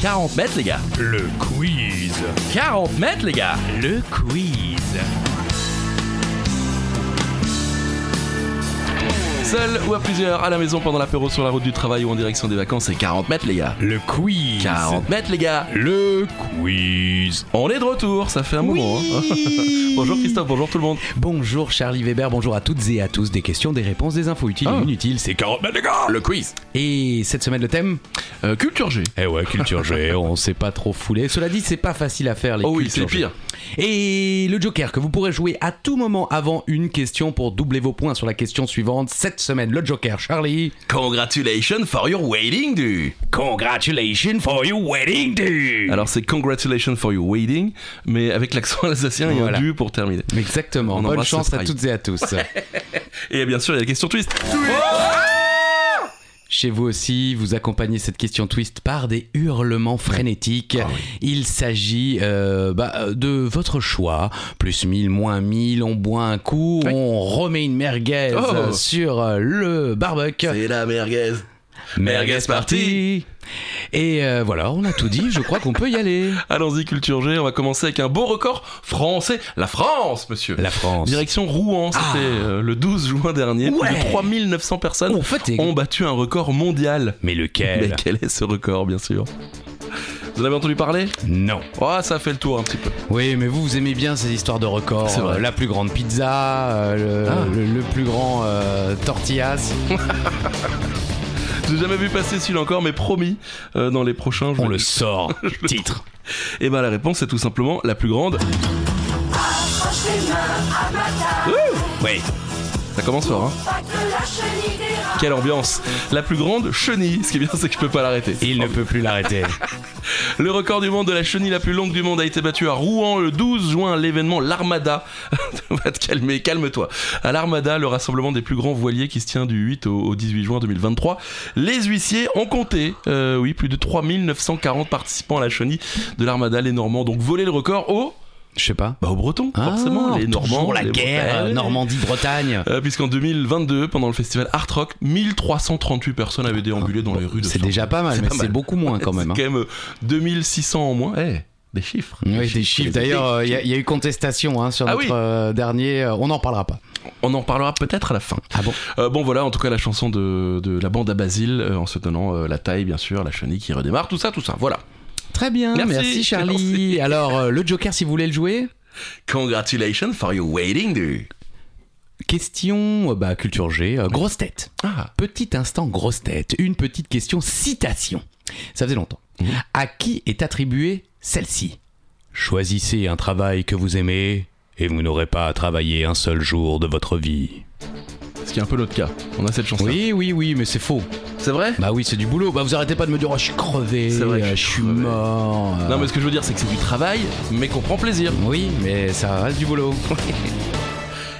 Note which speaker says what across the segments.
Speaker 1: 40 mètres, les gars.
Speaker 2: Le quiz.
Speaker 1: 40 mètres, les gars.
Speaker 2: Le quiz.
Speaker 1: Seul ou à plusieurs, à la maison, pendant l'apéro, sur la route du travail ou en direction des vacances, c'est 40 mètres, les gars.
Speaker 2: Le quiz.
Speaker 1: 40 mètres, les gars.
Speaker 2: Le quiz.
Speaker 1: On est de retour, ça fait un moment. hein. bonjour Christophe, bonjour tout le monde.
Speaker 3: Bonjour Charlie Weber, bonjour à toutes et à tous. Des questions, des réponses, des infos utiles
Speaker 2: Ah.
Speaker 3: ou inutiles, c'est 40
Speaker 2: les gars.
Speaker 1: Le quiz.
Speaker 3: Et cette semaine, le thème
Speaker 1: Euh, culture G.
Speaker 3: Eh ouais, culture G, on s'est pas trop foulé. Cela dit, c'est pas facile à faire les
Speaker 1: Oh oui, c'est
Speaker 3: cultures G.
Speaker 1: pire.
Speaker 3: Et le Joker que vous pourrez jouer à tout moment avant une question pour doubler vos points sur la question suivante. Cette semaine, le Joker, Charlie.
Speaker 1: Congratulations for your waiting, du.
Speaker 3: Congratulations for your wedding day
Speaker 1: Alors c'est congratulations for your waiting, mais avec l'accent alsacien et
Speaker 3: Voilà.
Speaker 1: un du pour terminer.
Speaker 3: Exactement,
Speaker 1: On
Speaker 3: bonne
Speaker 1: embrasse
Speaker 3: chance à
Speaker 1: Sprite.
Speaker 3: toutes et à tous.
Speaker 1: Et bien sûr, il y a la question twist.
Speaker 3: Chez vous aussi, vous accompagnez cette question twist par des hurlements frénétiques.
Speaker 1: Ah
Speaker 3: Il s'agit euh, bah, de votre choix. Plus 1000, moins 1000, on boit un coup,
Speaker 1: Oui.
Speaker 3: on remet une merguez
Speaker 1: Oh.
Speaker 3: euh, sur euh, le barbecue.
Speaker 1: C'est la merguez. merguez party.
Speaker 3: Et euh, voilà, on a tout dit, je crois qu'on peut y aller.
Speaker 1: Allons-y, culture G, on va commencer avec un beau record français. La France, monsieur.
Speaker 3: La France.
Speaker 1: Direction Rouen, c'était
Speaker 3: Ah.
Speaker 1: euh, le 12 juin dernier. Plus
Speaker 3: Ouais.
Speaker 1: de 3900 personnes
Speaker 3: On fatigue.
Speaker 1: ont battu un record mondial.
Speaker 3: Mais lequel
Speaker 1: Mais quel est ce record, bien sûr Vous en avez entendu parler
Speaker 3: Non.
Speaker 1: Oh, ça fait le tour un petit peu.
Speaker 3: Oui, mais vous, vous aimez bien ces histoires de records.
Speaker 1: C'est vrai.
Speaker 3: Euh, La plus grande pizza, euh, le,
Speaker 1: Ah.
Speaker 3: le- le plus grand euh, tortillas.
Speaker 1: J'ai jamais vu passer celui-là encore, mais promis, euh, dans les prochains, je
Speaker 3: On
Speaker 1: vais-
Speaker 3: le sort. Titre.
Speaker 1: Eh ben la réponse est tout simplement la plus grande.
Speaker 3: Oui.
Speaker 1: Ça commence fort, hein Quelle ambiance La plus grande chenille. Ce qui est bien, c'est que je peux pas l'arrêter.
Speaker 3: Il ne peut plus l'arrêter.
Speaker 1: Le record du monde de la chenille la plus longue du monde a été battu à Rouen le 12 juin. L'événement l'Armada. Va te calmer, calme-toi. À l'Armada, le rassemblement des plus grands voiliers qui se tient du 8 au, au 18 juin 2023. Les huissiers ont compté, euh, oui, plus de 3940 participants à la chenille de l'Armada. Les Normands donc volé le record au.
Speaker 3: Je sais pas.
Speaker 1: Bah, aux Bretons,
Speaker 3: Ah,
Speaker 1: forcément. Les
Speaker 3: toujours
Speaker 1: Normands.
Speaker 3: la
Speaker 1: les
Speaker 3: guerre,
Speaker 1: Bretons. Eh
Speaker 3: Normandie, Bretagne.
Speaker 1: Euh, Puisqu'en 2022, pendant le festival Art Rock, 1338 personnes avaient déambulé dans les rues de
Speaker 3: C'est
Speaker 1: Flandre.
Speaker 3: déjà pas mal,
Speaker 1: C'est
Speaker 3: mais
Speaker 1: pas
Speaker 3: c'est
Speaker 1: mal.
Speaker 3: beaucoup moins quand même. hein.
Speaker 1: C'est quand même euh, 2600 en moins. Eh, des chiffres. euh,
Speaker 3: Oui, des chiffres. D'ailleurs, il y, a- y a eu contestation hein, sur
Speaker 1: Ah
Speaker 3: notre
Speaker 1: oui.
Speaker 3: euh, dernier. euh, on n'en parlera pas.
Speaker 1: On en parlera peut-être à la fin.
Speaker 3: Ah bon
Speaker 1: Euh, bon, voilà, en tout cas, la chanson de, de la bande à Basile, euh, en se tenant euh, la taille, bien sûr, la chenille qui redémarre, tout ça, tout ça. Voilà.
Speaker 3: Très bien. Merci,
Speaker 1: Merci,
Speaker 3: Charlie.
Speaker 1: merci.
Speaker 3: Alors, euh, le Joker, si vous voulez le jouer.
Speaker 1: Congratulations for your waiting, dude.
Speaker 3: Question euh, bah, culture G. euh, grosse tête.
Speaker 1: Ah,
Speaker 3: Petit instant grosse tête. Une petite question citation. Ça faisait longtemps. À qui est attribuée celle-ci Choisissez un travail que vous aimez et vous n'aurez pas à travailler un seul jour de votre vie.
Speaker 1: ce qui est un peu notre cas. On a cette chance-là.
Speaker 3: Oui, oui, oui, mais c'est faux.
Speaker 1: C'est vrai
Speaker 3: Bah oui, c'est du boulot. Bah vous arrêtez pas de me dire oh, je suis crevé,
Speaker 1: C'est vrai que
Speaker 3: euh,
Speaker 1: je
Speaker 3: je
Speaker 1: suis
Speaker 3: suis
Speaker 1: crevé.
Speaker 3: mort. euh.
Speaker 1: Non, mais ce que je veux dire, c'est que c'est du travail, mais qu'on prend plaisir.
Speaker 3: Oui, mais ça reste du boulot.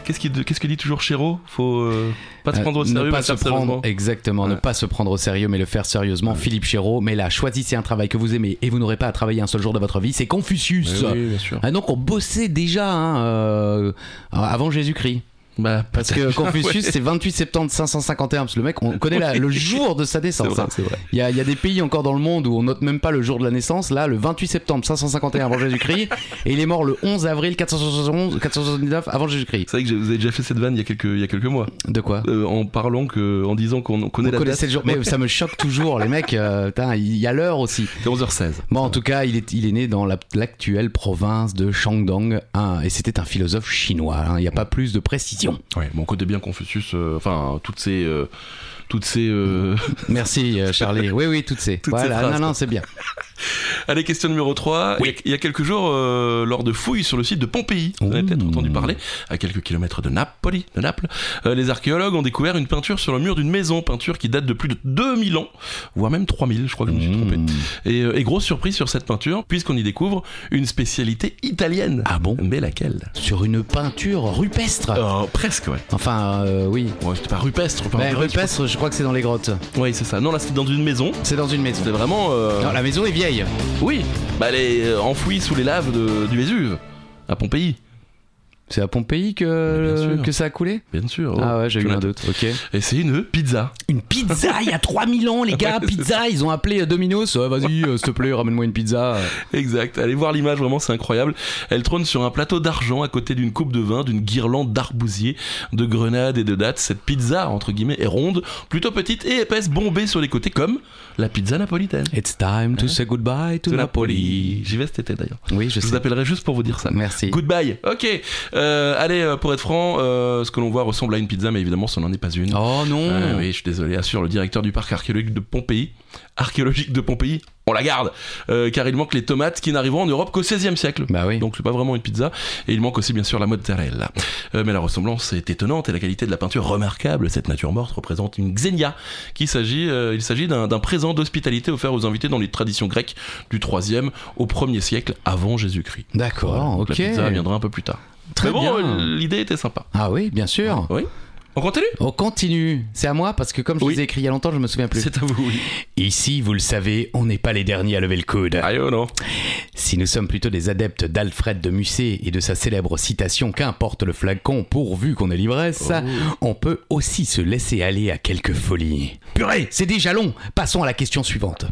Speaker 1: Qu'est-ce qu'il- qu'est-ce que dit toujours Chéreau Faut euh, pas se prendre au
Speaker 3: Euh, ne
Speaker 1: sérieux,
Speaker 3: pas
Speaker 1: mais
Speaker 3: se
Speaker 1: faire sérieusement.
Speaker 3: prendre, exactement, ne
Speaker 1: Ouais.
Speaker 3: pas se prendre au sérieux, mais le faire sérieusement. Philippe Chéreau, mais là, choisissez un travail que vous aimez et vous n'aurez pas à travailler un seul jour de votre vie. C'est Confucius.
Speaker 1: Mais oui, bien sûr.
Speaker 3: Ah, donc on bossait déjà hein, euh, avant Jésus-Christ.
Speaker 1: Bah,
Speaker 3: Parce que Confucius, c'est 28 septembre 551. Parce que le mec, on connaît la- le jour de sa
Speaker 1: c'est
Speaker 3: naissance.
Speaker 1: vrai,
Speaker 3: hein.
Speaker 1: c'est vrai.
Speaker 3: Il y, a, il y a des pays encore dans le monde où on note même pas le jour de la naissance. Là, le 28 septembre 551 avant Jésus-Christ, et il est mort le 11 avril 471 479 avant Jésus-Christ.
Speaker 1: C'est vrai que j'ai- vous avez déjà fait cette vanne il y a quelques, il y a quelques mois,
Speaker 3: De quoi
Speaker 1: Euh, en parlant que, en disant qu'on
Speaker 3: Vous
Speaker 1: connaît la date.
Speaker 3: connaissez le jour, mais ça me choque toujours, les mecs. euh, putain, il y a l'heure aussi.
Speaker 1: C'est 11h16.
Speaker 3: Bon, en tout cas, il est, il est né dans la- l'actuelle province de Shandong, hein, et c'était un philosophe chinois. hein, Il n'y a pas plus de précision.
Speaker 1: Ouais, bon, on connaît bien Confucius, euh, enfin, toutes ces. euh, toutes ces. euh,
Speaker 3: Merci, euh, Charlie. Oui, oui, toutes ces.
Speaker 1: Toutes ces
Speaker 3: voilà,
Speaker 1: phrases,
Speaker 3: non, non, c'est bien.
Speaker 1: Allez, question numéro 3. Il, y a, il y a quelques jours, euh, lors de fouilles sur le site de Pompéi, vous en avez
Speaker 3: Ouh.
Speaker 1: peut-être entendu parler, à quelques kilomètres de Napoli, de Naples, euh, les archéologues ont découvert une peinture sur le mur d'une maison, peinture qui date de plus de 2000 ans, voire même 3000, je crois que je me suis trompé.
Speaker 3: Mmh.
Speaker 1: Et, euh, et grosse surprise sur cette peinture, puisqu'on y découvre une spécialité italienne.
Speaker 3: Ah bon
Speaker 1: Mais laquelle
Speaker 3: Sur une peinture rupestre.
Speaker 1: Euh, Presque, ouais.
Speaker 3: Enfin, euh, oui.
Speaker 1: Ouais, c'était pas rupestre, pas
Speaker 3: Mais
Speaker 1: rupestre.
Speaker 3: rupestre, je crois que c'est dans les grottes.
Speaker 1: Oui, c'est ça. Non, là, c'était dans une maison.
Speaker 3: C'est dans une maison.
Speaker 1: C'était vraiment. euh,
Speaker 3: Non, la maison est vieille.
Speaker 1: Oui, bah, elle est euh, enfouie sous les laves de- du Vésuve, à Pompéi.
Speaker 3: C'est à Pompéi
Speaker 1: Mais bien
Speaker 3: que, euh,
Speaker 1: sûr.
Speaker 3: que ça a coulé
Speaker 1: Bien sûr. oh,
Speaker 3: Ah ouais, j'ai eu un
Speaker 1: Jonathan.
Speaker 3: doute, ok.
Speaker 1: Et c'est une pizza.
Speaker 3: Une pizza il y a 3000 ans, les gars,
Speaker 1: Ouais, c'est
Speaker 3: pizza, ils ont appelé euh, Domino's, Ouais, vas-y, euh, s'il te plaît, ramène-moi une pizza.
Speaker 1: Exact. Allez voir l'image, vraiment, c'est incroyable. Elle trône sur un plateau d'argent à côté d'une coupe de vin, d'une guirlande d'arbousiers, de grenades et de dattes. Cette pizza, entre guillemets, est ronde, plutôt petite et épaisse, bombée sur les côtés, comme la pizza napolitaine.
Speaker 3: It's time to say goodbye to
Speaker 1: De
Speaker 3: Napoli.
Speaker 1: J'y vais cet été d'ailleurs.
Speaker 3: Oui, je
Speaker 1: Je vous
Speaker 3: sais.
Speaker 1: appellerai juste pour vous dire ça.
Speaker 3: Merci.
Speaker 1: Goodbye. Ok. Euh, allez, euh, pour être franc, euh, ce que l'on voit ressemble à une pizza, mais évidemment, ce n'en est pas une.
Speaker 3: Oh non
Speaker 1: Euh, oui, je suis désolé, assure le directeur du parc archéologique de Pompéi. Archéologique de Pompéi, on la garde Euh, Car il manque les tomates qui n'arriveront en Europe qu'au XVIe siècle.
Speaker 3: Bah oui.
Speaker 1: Donc c'est pas vraiment une pizza. Et il manque aussi bien sûr la mozzarella. Euh, mais la ressemblance est étonnante et la qualité de la peinture remarquable. Cette nature morte représente une xénia. Qui s'agit, euh, il s'agit d'un d'un présent d'hospitalité offert aux invités dans les traditions grecques du 3e au 1er siècle avant Jésus-Christ. Voilà.
Speaker 3: D'accord,
Speaker 1: Donc,
Speaker 3: ok.
Speaker 1: La pizza viendra un peu plus tard.
Speaker 3: Très
Speaker 1: mais bon,
Speaker 3: bien.
Speaker 1: euh, l'idée était sympa.
Speaker 3: Ah oui, bien sûr.
Speaker 1: Oui On continue
Speaker 3: On continue. C'est à moi parce que comme je
Speaker 1: Oui.
Speaker 3: vous ai écrit il y a longtemps, je me souviens plus.
Speaker 1: C'est à vous, oui.
Speaker 3: Ici, vous le savez, on n'est pas les derniers à lever le coude.
Speaker 1: Aïe, oh non.
Speaker 3: Si nous sommes plutôt des adeptes d'Alfred de Musset et de sa célèbre citation Qu'importe le flacon pourvu qu'on ait l'ivresse,
Speaker 1: Oh.
Speaker 3: on peut aussi se laisser aller à quelques folies. Purée, c'est déjà long Passons à la question suivante.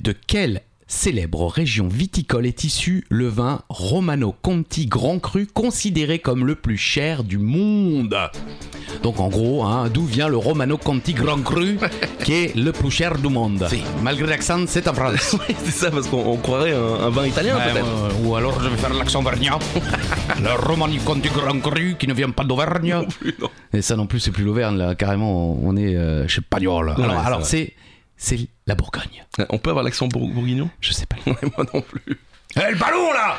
Speaker 3: De quelle célèbre région viticole est issu le vin Romano Conti Grand Cru considéré comme le plus cher du monde donc en gros, hein, d'où vient le Romano Conti Grand Cru, qui est le plus cher du monde. Malgré l'accent, c'est en France.
Speaker 1: Oui, c'est ça, parce qu'on on croirait un, un vin italien,
Speaker 3: Ouais,
Speaker 1: peut-être.
Speaker 3: ouais, ouais. ou alors je vais faire l'accent vergnat. le romanicon du Grand Cru qui ne vient pas d'Auvergne.
Speaker 1: Plus, non.
Speaker 3: Et ça non plus, c'est plus l'Auvergne, là. Carrément, on est euh, chez Pagnol. Alors,
Speaker 1: ouais, ça
Speaker 3: alors,
Speaker 1: va.
Speaker 3: c'est, c'est la Bourgogne.
Speaker 1: On peut avoir l'accent bour- bourguignon
Speaker 3: Je sais pas.
Speaker 1: Ouais, Moi non plus.
Speaker 3: Eh, le ballon, là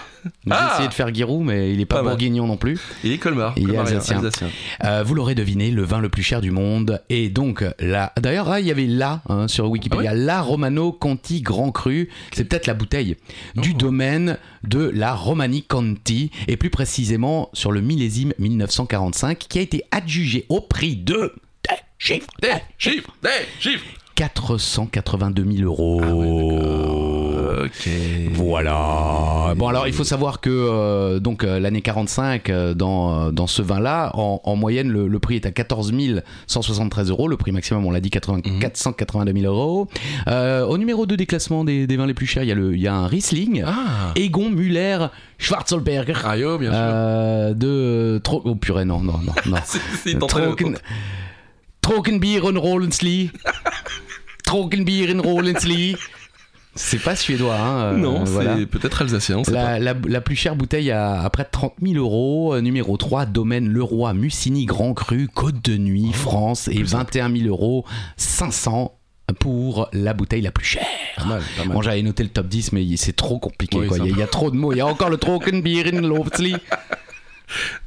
Speaker 1: Ah
Speaker 3: J'ai essayé de faire Giroud, mais il n'est pas,
Speaker 1: Pas mal.
Speaker 3: bourguignon non plus.
Speaker 1: Il est colmar.
Speaker 3: Il est
Speaker 1: colmarien,
Speaker 3: alsacien. Euh, vous l'aurez deviné, le vin le plus cher du monde est donc la. D'ailleurs, ah, il y avait la hein, sur Wikipédia,
Speaker 1: Ah
Speaker 3: la Romano Conti Grand Cru. C'est peut-être la bouteille
Speaker 1: Oh.
Speaker 3: du domaine de la Romani Conti, et plus précisément sur le millésime 1945, qui a été adjugé au prix de. eh, Chiffre eh,
Speaker 1: Des chiffres Des chiffres
Speaker 3: 482 000 euros.
Speaker 1: Ah Ok.
Speaker 3: Oh, Voilà. Ah, Bon alors il faut savoir que euh, donc euh, l'année 45 euh, dans, euh, dans ce vin-là, en, en moyenne le, le prix est à 14 173 euros, le prix maximum on l'a dit 80,
Speaker 1: Mhm.
Speaker 3: 482 000 euros. Euh, au numéro 2 des classements des, des vins les plus chers, il y a, le, il y a un Riesling,
Speaker 1: Ah
Speaker 3: Egon Müller, Schwarzenberger
Speaker 1: Aïe, oh, bien sûr.
Speaker 3: euh, de Tro- oh purée non non non non.
Speaker 1: C'est- c'est entraîné au
Speaker 3: Trocken-
Speaker 1: compte.
Speaker 3: Trockenbier in Rollensli. Trockenbier in Rollensli. C'est pas suédois, hein. euh,
Speaker 1: Non,
Speaker 3: voilà.
Speaker 1: c'est peut-être alsacien, on sait pas.
Speaker 3: La, la- la plus chère bouteille à, à près de 30 000 euros. Euh, Numéro 3, domaine Leroy, Mussini, Grand Cru, Côte de
Speaker 1: Oh,
Speaker 3: Nuit, France. Et 21 000 euros, 500 pour la bouteille la plus chère.
Speaker 1: Pas mal, pas mal.
Speaker 3: Bon, j'avais noté le top 10, mais il- c'est trop compliqué.
Speaker 1: Oui,
Speaker 3: quoi.
Speaker 1: c'est
Speaker 3: Il y, a-
Speaker 1: un
Speaker 3: il y a trop de mots. Il y a encore le Trockenbier in Loftsli.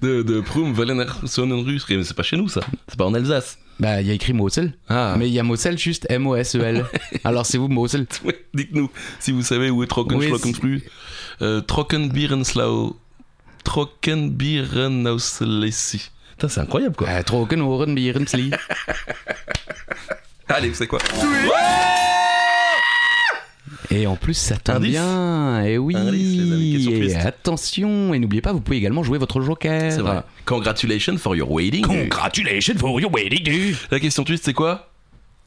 Speaker 1: De, de Prum, Valener, Sonnenrus, mais c'est pas chez nous ça, c'est pas en Alsace.
Speaker 3: Bah, il y a écrit Mosel.
Speaker 1: Ah,
Speaker 3: Mais il y a Mosel juste M-O-S-E-L. E Alors c'est vous Mosel.
Speaker 1: ouais, dites-nous si vous savez où est
Speaker 3: Oui,
Speaker 1: Trockenschlockenflü. Euh, Trockenbierenslau. Trockenbierenauslessi. Putain, c'est incroyable quoi.
Speaker 3: Euh, Trockenhoren Bierensli.
Speaker 1: Ah, Allez, c'est quoi
Speaker 3: Et en plus, ça tombe
Speaker 1: Indice.
Speaker 3: bien. Et oui.
Speaker 1: Indice, les amis, question
Speaker 3: Et
Speaker 1: twist.
Speaker 3: attention. Et n'oubliez pas, vous pouvez également jouer votre joker.
Speaker 1: C'est vrai. Ah. Congratulations for your waiting.
Speaker 3: Congratulations for your wedding, dude.
Speaker 1: La question twist, c'est quoi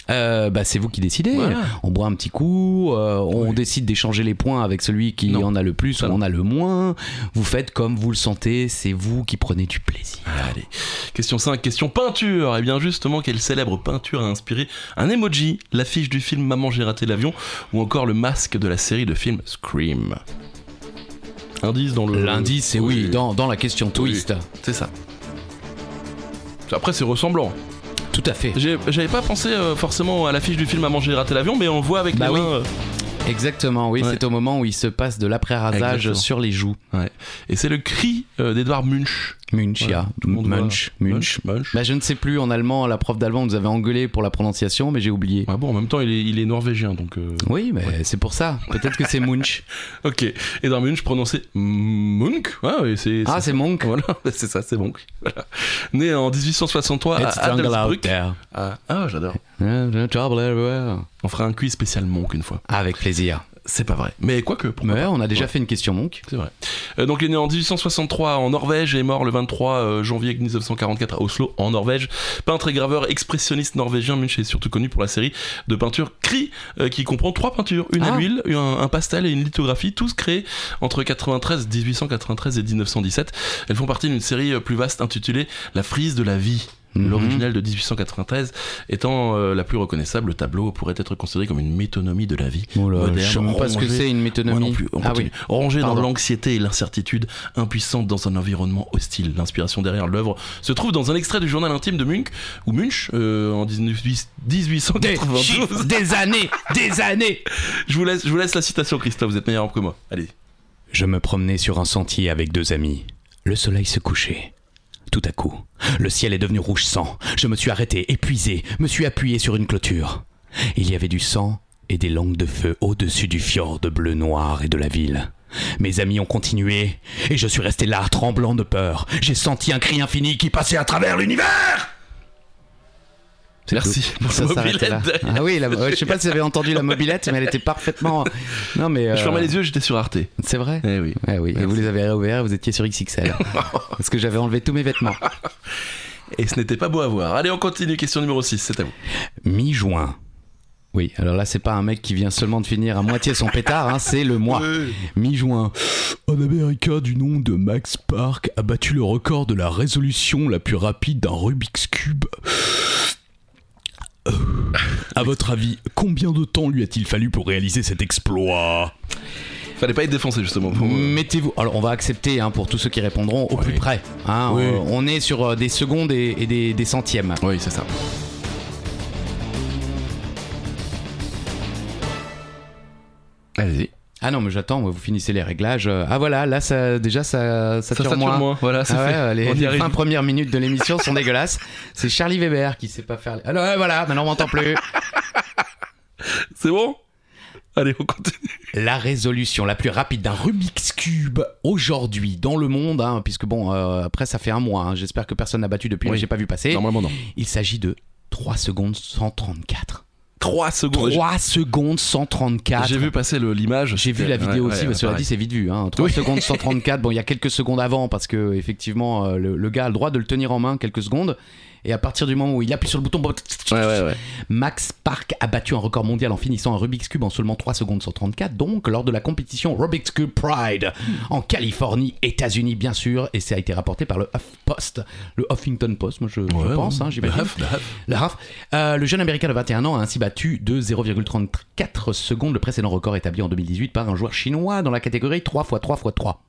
Speaker 3: Euh, bah, c'est vous qui décidez.
Speaker 1: Voilà.
Speaker 3: On boit un petit coup, euh, on décide d'échanger les points avec celui qui
Speaker 1: Non.
Speaker 3: en a le plus
Speaker 1: Ça,
Speaker 3: ou
Speaker 1: non.
Speaker 3: en a le moins. Vous faites comme vous le sentez, c'est vous qui prenez du plaisir.
Speaker 1: Allez. Question 5, question peinture. Et bien justement, quelle célèbre peinture a inspiré un emoji, l'affiche du film Maman j'ai raté l'avion, ou encore le masque de la série de films Scream Indice dans le.
Speaker 3: L'indice, c'est oui, dans, dans la question
Speaker 1: Euh, Oui.
Speaker 3: twist.
Speaker 1: C'est ça. Après, c'est ressemblant.
Speaker 3: Tout à fait.
Speaker 1: J'ai- J'avais pas pensé euh, forcément à l'affiche du film Maman j'ai raté l'avion, mais on voit avec
Speaker 3: Bah
Speaker 1: les
Speaker 3: oui.
Speaker 1: mains, euh,
Speaker 3: Exactement, oui,
Speaker 1: Ouais.
Speaker 3: c'est au moment où il se passe de l'après-rasage
Speaker 1: Exactement.
Speaker 3: sur les joues.
Speaker 1: ouais. Et c'est le cri euh, d'Edouard Munch.
Speaker 3: Munch,
Speaker 1: Voilà,
Speaker 3: ya.
Speaker 1: tout le monde
Speaker 3: Munch,
Speaker 1: voit.
Speaker 3: Munch.
Speaker 1: Munch.
Speaker 3: Bah, je ne sais plus, en allemand, la prof d'allemand nous avait engueulé pour la prononciation, mais j'ai oublié.
Speaker 1: Ouais, bon, en même temps, il est, il est norvégien, donc. euh,
Speaker 3: Oui, mais c'est pour ça. Peut-être que c'est Munch.
Speaker 1: Ok, et dans Munch prononcé Munk, ouais, ouais, c'est
Speaker 3: ah,
Speaker 1: c'est-
Speaker 3: c'est Monk.
Speaker 1: voilà, c'est ça, c'est Monk. Voilà. Né en 1863
Speaker 3: It's
Speaker 1: à
Speaker 3: jungle out
Speaker 1: Adelsbrück.
Speaker 3: there.
Speaker 1: Ah, ah, j'adore.
Speaker 3: Trouble everywhere.
Speaker 1: On fera un quiz spécial Monk une fois.
Speaker 3: Avec plaisir.
Speaker 1: C'est pas vrai. Mais quoique, pourquoi
Speaker 3: Mais
Speaker 1: pas.
Speaker 3: on a déjà
Speaker 1: Ouais.
Speaker 3: fait une question monk.
Speaker 1: C'est vrai. Euh, donc il est né en 1863 en Norvège et est mort le 23 euh, janvier 1944 à Oslo en Norvège. Peintre et graveur expressionniste norvégien, Munch est surtout connu pour la série de peintures Cri euh, qui comprend trois peintures, une à
Speaker 3: Ah.
Speaker 1: l'huile, une- un, pastel et une lithographie, tous créés entre 93, 1893 et 1917. Elles font partie d'une série euh, plus vaste intitulée La frise de la vie.
Speaker 3: Mhm.
Speaker 1: L'original de 1893 étant euh, la plus reconnaissable, le tableau pourrait être considéré comme une métonomie de la vie.
Speaker 3: Oh là,
Speaker 1: moderne,
Speaker 3: je sais même pas ce que
Speaker 1: rangée.
Speaker 3: c'est une
Speaker 1: Moi
Speaker 3: métonomie.
Speaker 1: non plus, on
Speaker 3: ah
Speaker 1: continue.
Speaker 3: oui.
Speaker 1: Rangé dans
Speaker 3: Pardon.
Speaker 1: l'anxiété et l'incertitude, impuissante dans un environnement hostile. L'inspiration derrière l'œuvre se trouve dans un extrait du journal intime de Munch, ou Munch, euh, en 19
Speaker 3: Des
Speaker 1: 1892.
Speaker 3: chiffres, des années, des années.
Speaker 1: Je vous, laisse, je vous laisse la citation, Christophe, vous êtes meilleur que moi. Allez.
Speaker 3: Je me promenais sur un sentier avec deux amis. Le soleil se couchait. Tout à coup, le ciel est devenu rouge sang. Je me suis arrêté, épuisé, me suis appuyé sur une clôture. Il y avait du sang et des langues de feu au-dessus du fjord de bleu noir et de la ville. Mes amis ont continué, et je suis resté là, tremblant de peur. J'ai senti un cri infini qui passait à travers l'univers
Speaker 1: Merci pour la mobilette derrière.
Speaker 3: Ah oui, la- ouais, je sais pas si vous avez entendu la mobilette, mais elle était parfaitement. Non, mais.
Speaker 1: Je
Speaker 3: euh,
Speaker 1: fermais les yeux, j'étais sur Arte.
Speaker 3: C'est vrai
Speaker 1: Eh oui.
Speaker 3: Ah oui, et vous les avez réouverts, vous étiez sur XXL. parce que j'avais enlevé tous mes vêtements.
Speaker 1: Et ce n'était pas beau à voir. Allez, on continue. Question numéro 6, c'est à vous.
Speaker 3: Mi-juin. Oui, alors là, c'est pas un mec qui vient seulement de finir à moitié son pétard, hein, c'est le
Speaker 1: Euh.
Speaker 3: mois. Mi-juin. Un Américain du nom de Max Park a battu le record de la résolution la plus rapide d'un Rubik's Cube. Euh, À votre avis, combien de temps lui a-t-il fallu pour réaliser cet exploit
Speaker 1: Fallait pas être défoncé, justement. pour- euh,
Speaker 3: Mettez-vous. Alors, on va accepter hein, pour tous ceux qui répondront au plus
Speaker 1: Oui.
Speaker 3: près. hein.
Speaker 1: Oui.
Speaker 3: Euh, on est sur euh, des secondes et, et des, des centièmes.
Speaker 1: Oui, c'est ça. Allez-y.
Speaker 3: Ah non, mais j'attends. moi, Vous finissez les réglages. Euh, Ah voilà, là, ça, déjà, ça, ça,
Speaker 1: Ça
Speaker 3: tire
Speaker 1: sature
Speaker 3: moins.
Speaker 1: moins. Voilà, c'est
Speaker 3: Ah ouais,
Speaker 1: fait.
Speaker 3: euh, les,
Speaker 1: on y
Speaker 3: les
Speaker 1: arrive.
Speaker 3: 20 premières minutes de l'émission sont dégueulasses. C'est Charlie Weber qui sait pas faire. les- Alors ouais, voilà, maintenant on m'entend plus.
Speaker 1: C'est bon Allez, on continue.
Speaker 3: La résolution la plus rapide d'un Rubik's Cube aujourd'hui dans le monde, hein, puisque bon, euh, après ça fait un mois. hein, J'espère que personne n'a battu depuis,
Speaker 1: Oui.
Speaker 3: mais j'ai pas vu passer.
Speaker 1: Normalement, non.
Speaker 3: Il s'agit de 3 secondes 134.
Speaker 1: 3 secondes.
Speaker 3: 3 secondes 134.
Speaker 1: J'ai vu passer le- l'image.
Speaker 3: J'ai vu
Speaker 1: c'était-
Speaker 3: la vidéo
Speaker 1: ouais,
Speaker 3: aussi,
Speaker 1: ouais,
Speaker 3: mais cela
Speaker 1: pareil.
Speaker 3: dit, c'est vite vu. Hein. 3 secondes 134, bon, il y a quelques secondes avant, parce que effectivement, euh, le, le gars a le droit de le tenir en main quelques secondes, et à partir du moment où il appuie sur le bouton, bon,
Speaker 1: Ouais, ouais, ouais.
Speaker 3: Max Park a battu un record mondial en finissant un Rubik's Cube en seulement 3 secondes 134, donc lors de la compétition Rubik's Cube Pride en Californie, États-Unis bien sûr, et ça a été rapporté par le HuffPost, le Huffington Post, moi je, je
Speaker 1: Ouais,
Speaker 3: pense,
Speaker 1: ouais.
Speaker 3: hein, j'imagine.
Speaker 1: Bref, bref.
Speaker 3: Le Huff. Euh, le jeune américain de 21 ans a ainsi battu de 0,34 secondes le précédent record établi en 2018 par un joueur chinois dans la catégorie 3 x 3 x 3.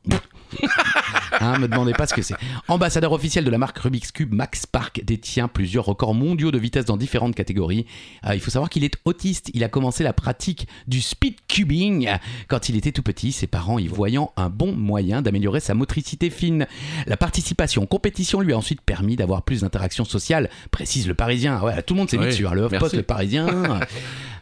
Speaker 3: Hein, me demandez pas ce que c'est. Ambassadeur officiel de la marque Rubik's Cube, Max Park détient plusieurs records mondiaux de vitesse dans différentes catégories. Euh, il faut savoir qu'il est autiste. Il a commencé la pratique du speed cubing quand il était tout petit, ses parents y voyant un bon moyen d'améliorer sa motricité fine. La participation en compétition lui a ensuite permis d'avoir plus d'interactions sociales, précise le Parisien. Ah Ouais, tout le monde s'est mis
Speaker 1: Oui,
Speaker 3: dessus, hein, le HuffPost,
Speaker 1: merci.
Speaker 3: le Parisien.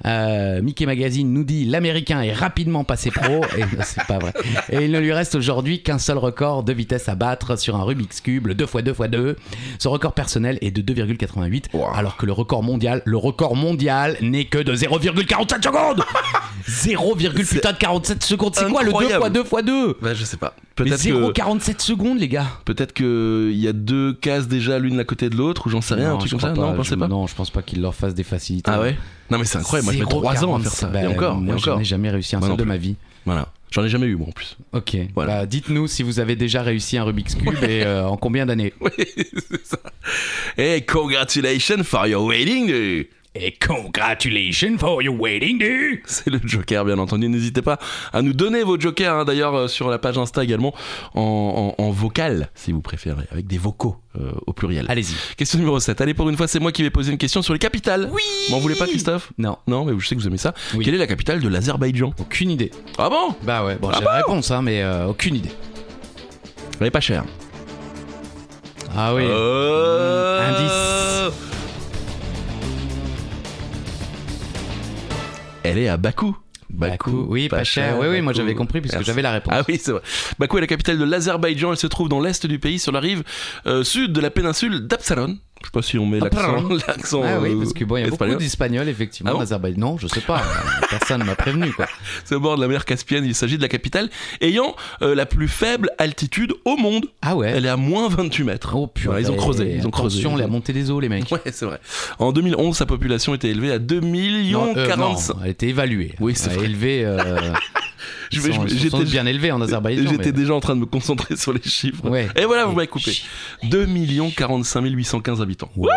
Speaker 3: Euh, Mickey Magazine nous dit l'Américain est rapidement passé pro. Et non, c'est pas vrai. Et il ne lui reste aujourd'hui qu'un seul record de vitesse à battre sur un Rubik's Cube, le 2x2x2. Son record personnel est de 2,88,
Speaker 1: Wow.
Speaker 3: alors que le record mondial, le record mondial n'est que de 0,47 secondes 0, putain de 47 secondes, c'est quoi le
Speaker 1: incroyable.
Speaker 3: 2x2x2
Speaker 1: Bah, je sais pas.
Speaker 3: mais
Speaker 1: Peut-être que.
Speaker 3: 0,47 secondes, les gars.
Speaker 1: Peut-être qu'il y a deux cases déjà l'une à côté de l'autre, ou j'en sais rien, un truc
Speaker 3: je
Speaker 1: comme
Speaker 3: crois
Speaker 1: ça. Non, pensez
Speaker 3: je,
Speaker 1: pas.
Speaker 3: Non, je pense pas qu'il leur fasse des facilités.
Speaker 1: Ah ouais Non, mais c'est incroyable. Moi, je mets 3 ans à faire ça.
Speaker 3: 0,47,
Speaker 1: et
Speaker 3: bah,
Speaker 1: encore,
Speaker 3: Moi,
Speaker 1: et
Speaker 3: j'en
Speaker 1: encore.
Speaker 3: ai jamais réussi un
Speaker 1: Moi
Speaker 3: seul
Speaker 1: non
Speaker 3: de
Speaker 1: plus.
Speaker 3: ma vie.
Speaker 1: Voilà. J'en ai jamais eu, moi, en plus.
Speaker 3: Ok.
Speaker 1: Voilà.
Speaker 3: Bah, dites-nous si vous avez déjà réussi un Rubik's Cube et euh, en combien d'années.
Speaker 1: Hey, congratulations for your wedding! day.
Speaker 3: Et congratulations for your wedding, dude.
Speaker 1: C'est le Joker, bien entendu. N'hésitez pas à nous donner vos Jokers, hein, d'ailleurs, euh, sur la page Insta également, en, en- en vocal, si vous préférez, avec des vocaux euh, au pluriel.
Speaker 3: Allez-y.
Speaker 1: Question numéro 7. Allez, pour une fois, c'est moi qui vais poser une question sur les capitales. Oui M'en voulez pas, Christophe
Speaker 3: Non.
Speaker 1: Non, mais je sais que vous aimez ça.
Speaker 3: Oui.
Speaker 1: Quelle est la capitale de l'Azerbaïdjan
Speaker 3: Aucune idée.
Speaker 1: Ah bon
Speaker 3: Bah ouais, bon,
Speaker 1: Ah
Speaker 3: j'ai la réponse, hein, mais euh, aucune idée.
Speaker 1: Elle est pas chère.
Speaker 3: Ah oui. Mmh,
Speaker 1: Euh, Elle est à Bakou. Bah,
Speaker 3: Bakou, bah, oui, pas, cher. Oui, oui, moi
Speaker 1: Bakou.
Speaker 3: j'avais compris puisque
Speaker 1: Merci.
Speaker 3: j'avais la réponse.
Speaker 1: Ah oui, c'est vrai. Bakou est la capitale de l'Azerbaïdjan. Elle se trouve dans l'est du pays, sur la rive euh, sud de la péninsule d'Absalon. Je sais pas si on met
Speaker 3: Ah,
Speaker 1: l'accent.
Speaker 3: pardon.
Speaker 1: l'accent,
Speaker 3: Ah oui,
Speaker 1: euh,
Speaker 3: parce que bon, il y a
Speaker 1: espagnol.
Speaker 3: beaucoup d'Espagnols, effectivement,
Speaker 1: Ah bon
Speaker 3: en Azerbaïdjan. Non, je sais pas. hein, Personne m'a prévenu, quoi.
Speaker 1: C'est au bord de la mer Caspienne, il s'agit de la capitale ayant euh, la plus faible altitude au monde.
Speaker 3: Ah ouais.
Speaker 1: Elle est à moins 28 mètres.
Speaker 3: Oh
Speaker 1: Voilà,
Speaker 3: purée.
Speaker 1: ils ont creusé, ils ont creusé.
Speaker 3: Attention, la montée des eaux, les mecs.
Speaker 1: Ouais, c'est vrai. En 2011, sa population était élevée à 2 millions
Speaker 3: Non, euh,
Speaker 1: 45.
Speaker 3: non, elle était évaluée.
Speaker 1: Oui, c'est
Speaker 3: Ouais,
Speaker 1: vrai.
Speaker 3: Élevée. euh,
Speaker 1: Je
Speaker 3: ils
Speaker 1: vais-
Speaker 3: sont-
Speaker 1: je-
Speaker 3: ils sont sans
Speaker 1: j'étais-
Speaker 3: doute bien élevée en Azerbaïdjan.
Speaker 1: J'étais
Speaker 3: mais-
Speaker 1: déjà en train de me concentrer sur les chiffres.
Speaker 3: Ouais.
Speaker 1: Et voilà, vous
Speaker 3: Et-
Speaker 1: m'avez coupé. 2 45 815 habitants.
Speaker 3: Wow.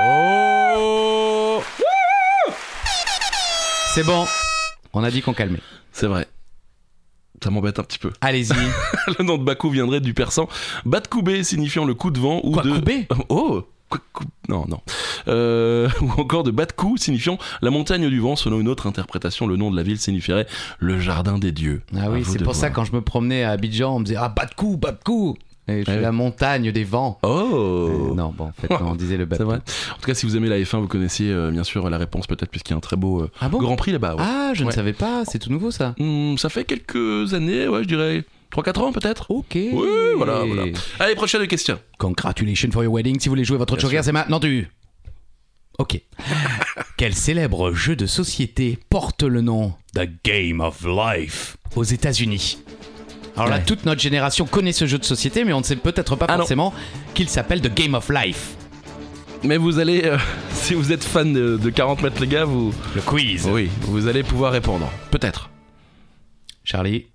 Speaker 3: C'est bon. On a dit qu'on calmait.
Speaker 1: C'est vrai. Ça m'embête un petit peu.
Speaker 3: Allez-y.
Speaker 1: Le nom de Bakou viendrait du persan Batkoubé, signifiant le coup de vent ou
Speaker 3: Quoi,
Speaker 1: de.
Speaker 3: Koubé
Speaker 1: Oh Quoi, Kou- Non, non. Euh, ou encore de Batkou, signifiant la montagne du vent. Selon une autre interprétation, le nom de la ville signifierait le jardin des dieux.
Speaker 3: Ah
Speaker 1: À
Speaker 3: oui,
Speaker 1: vous
Speaker 3: c'est
Speaker 1: de
Speaker 3: pour ça
Speaker 1: voir.
Speaker 3: quand je me promenais à Abidjan, on me disait Ah, bas de coup, bas de coup Et je
Speaker 1: Ah
Speaker 3: suis
Speaker 1: oui.
Speaker 3: la montagne des vents.
Speaker 1: Oh
Speaker 3: Euh, non, bon, en fait, non, on disait le bas
Speaker 1: C'est
Speaker 3: de
Speaker 1: vrai.
Speaker 3: coup.
Speaker 1: En tout cas, si vous aimez la F1, vous connaissiez euh, bien sûr la réponse, peut-être, puisqu'il y a un très beau euh,
Speaker 3: Ah bon
Speaker 1: Grand Prix là-bas. ouais.
Speaker 3: Ah, je
Speaker 1: Ouais.
Speaker 3: ne savais pas, c'est tout nouveau ça.
Speaker 1: Hmm, ça fait quelques années, ouais, je dirais 3-4 ans peut-être.
Speaker 3: Ok.
Speaker 1: Oui, voilà, voilà. Allez, prochaine question.
Speaker 3: Congratulations for your wedding. Si vous voulez jouer votre
Speaker 1: Bien
Speaker 3: joker, c'est maintenant du. Ok. Quel célèbre jeu de société porte le nom
Speaker 2: The game of life.
Speaker 3: aux États-Unis Alors là,
Speaker 1: Ouais.
Speaker 3: toute notre génération connaît ce jeu de société, mais on ne sait peut-être pas
Speaker 1: Ah non.
Speaker 3: forcément qu'il s'appelle The Game of Life.
Speaker 1: Mais vous allez, euh, si vous êtes fan de, de 40 mètres, les gars, vous,
Speaker 2: Le quiz.
Speaker 1: oui, vous allez pouvoir répondre. Peut-être.
Speaker 3: Charlie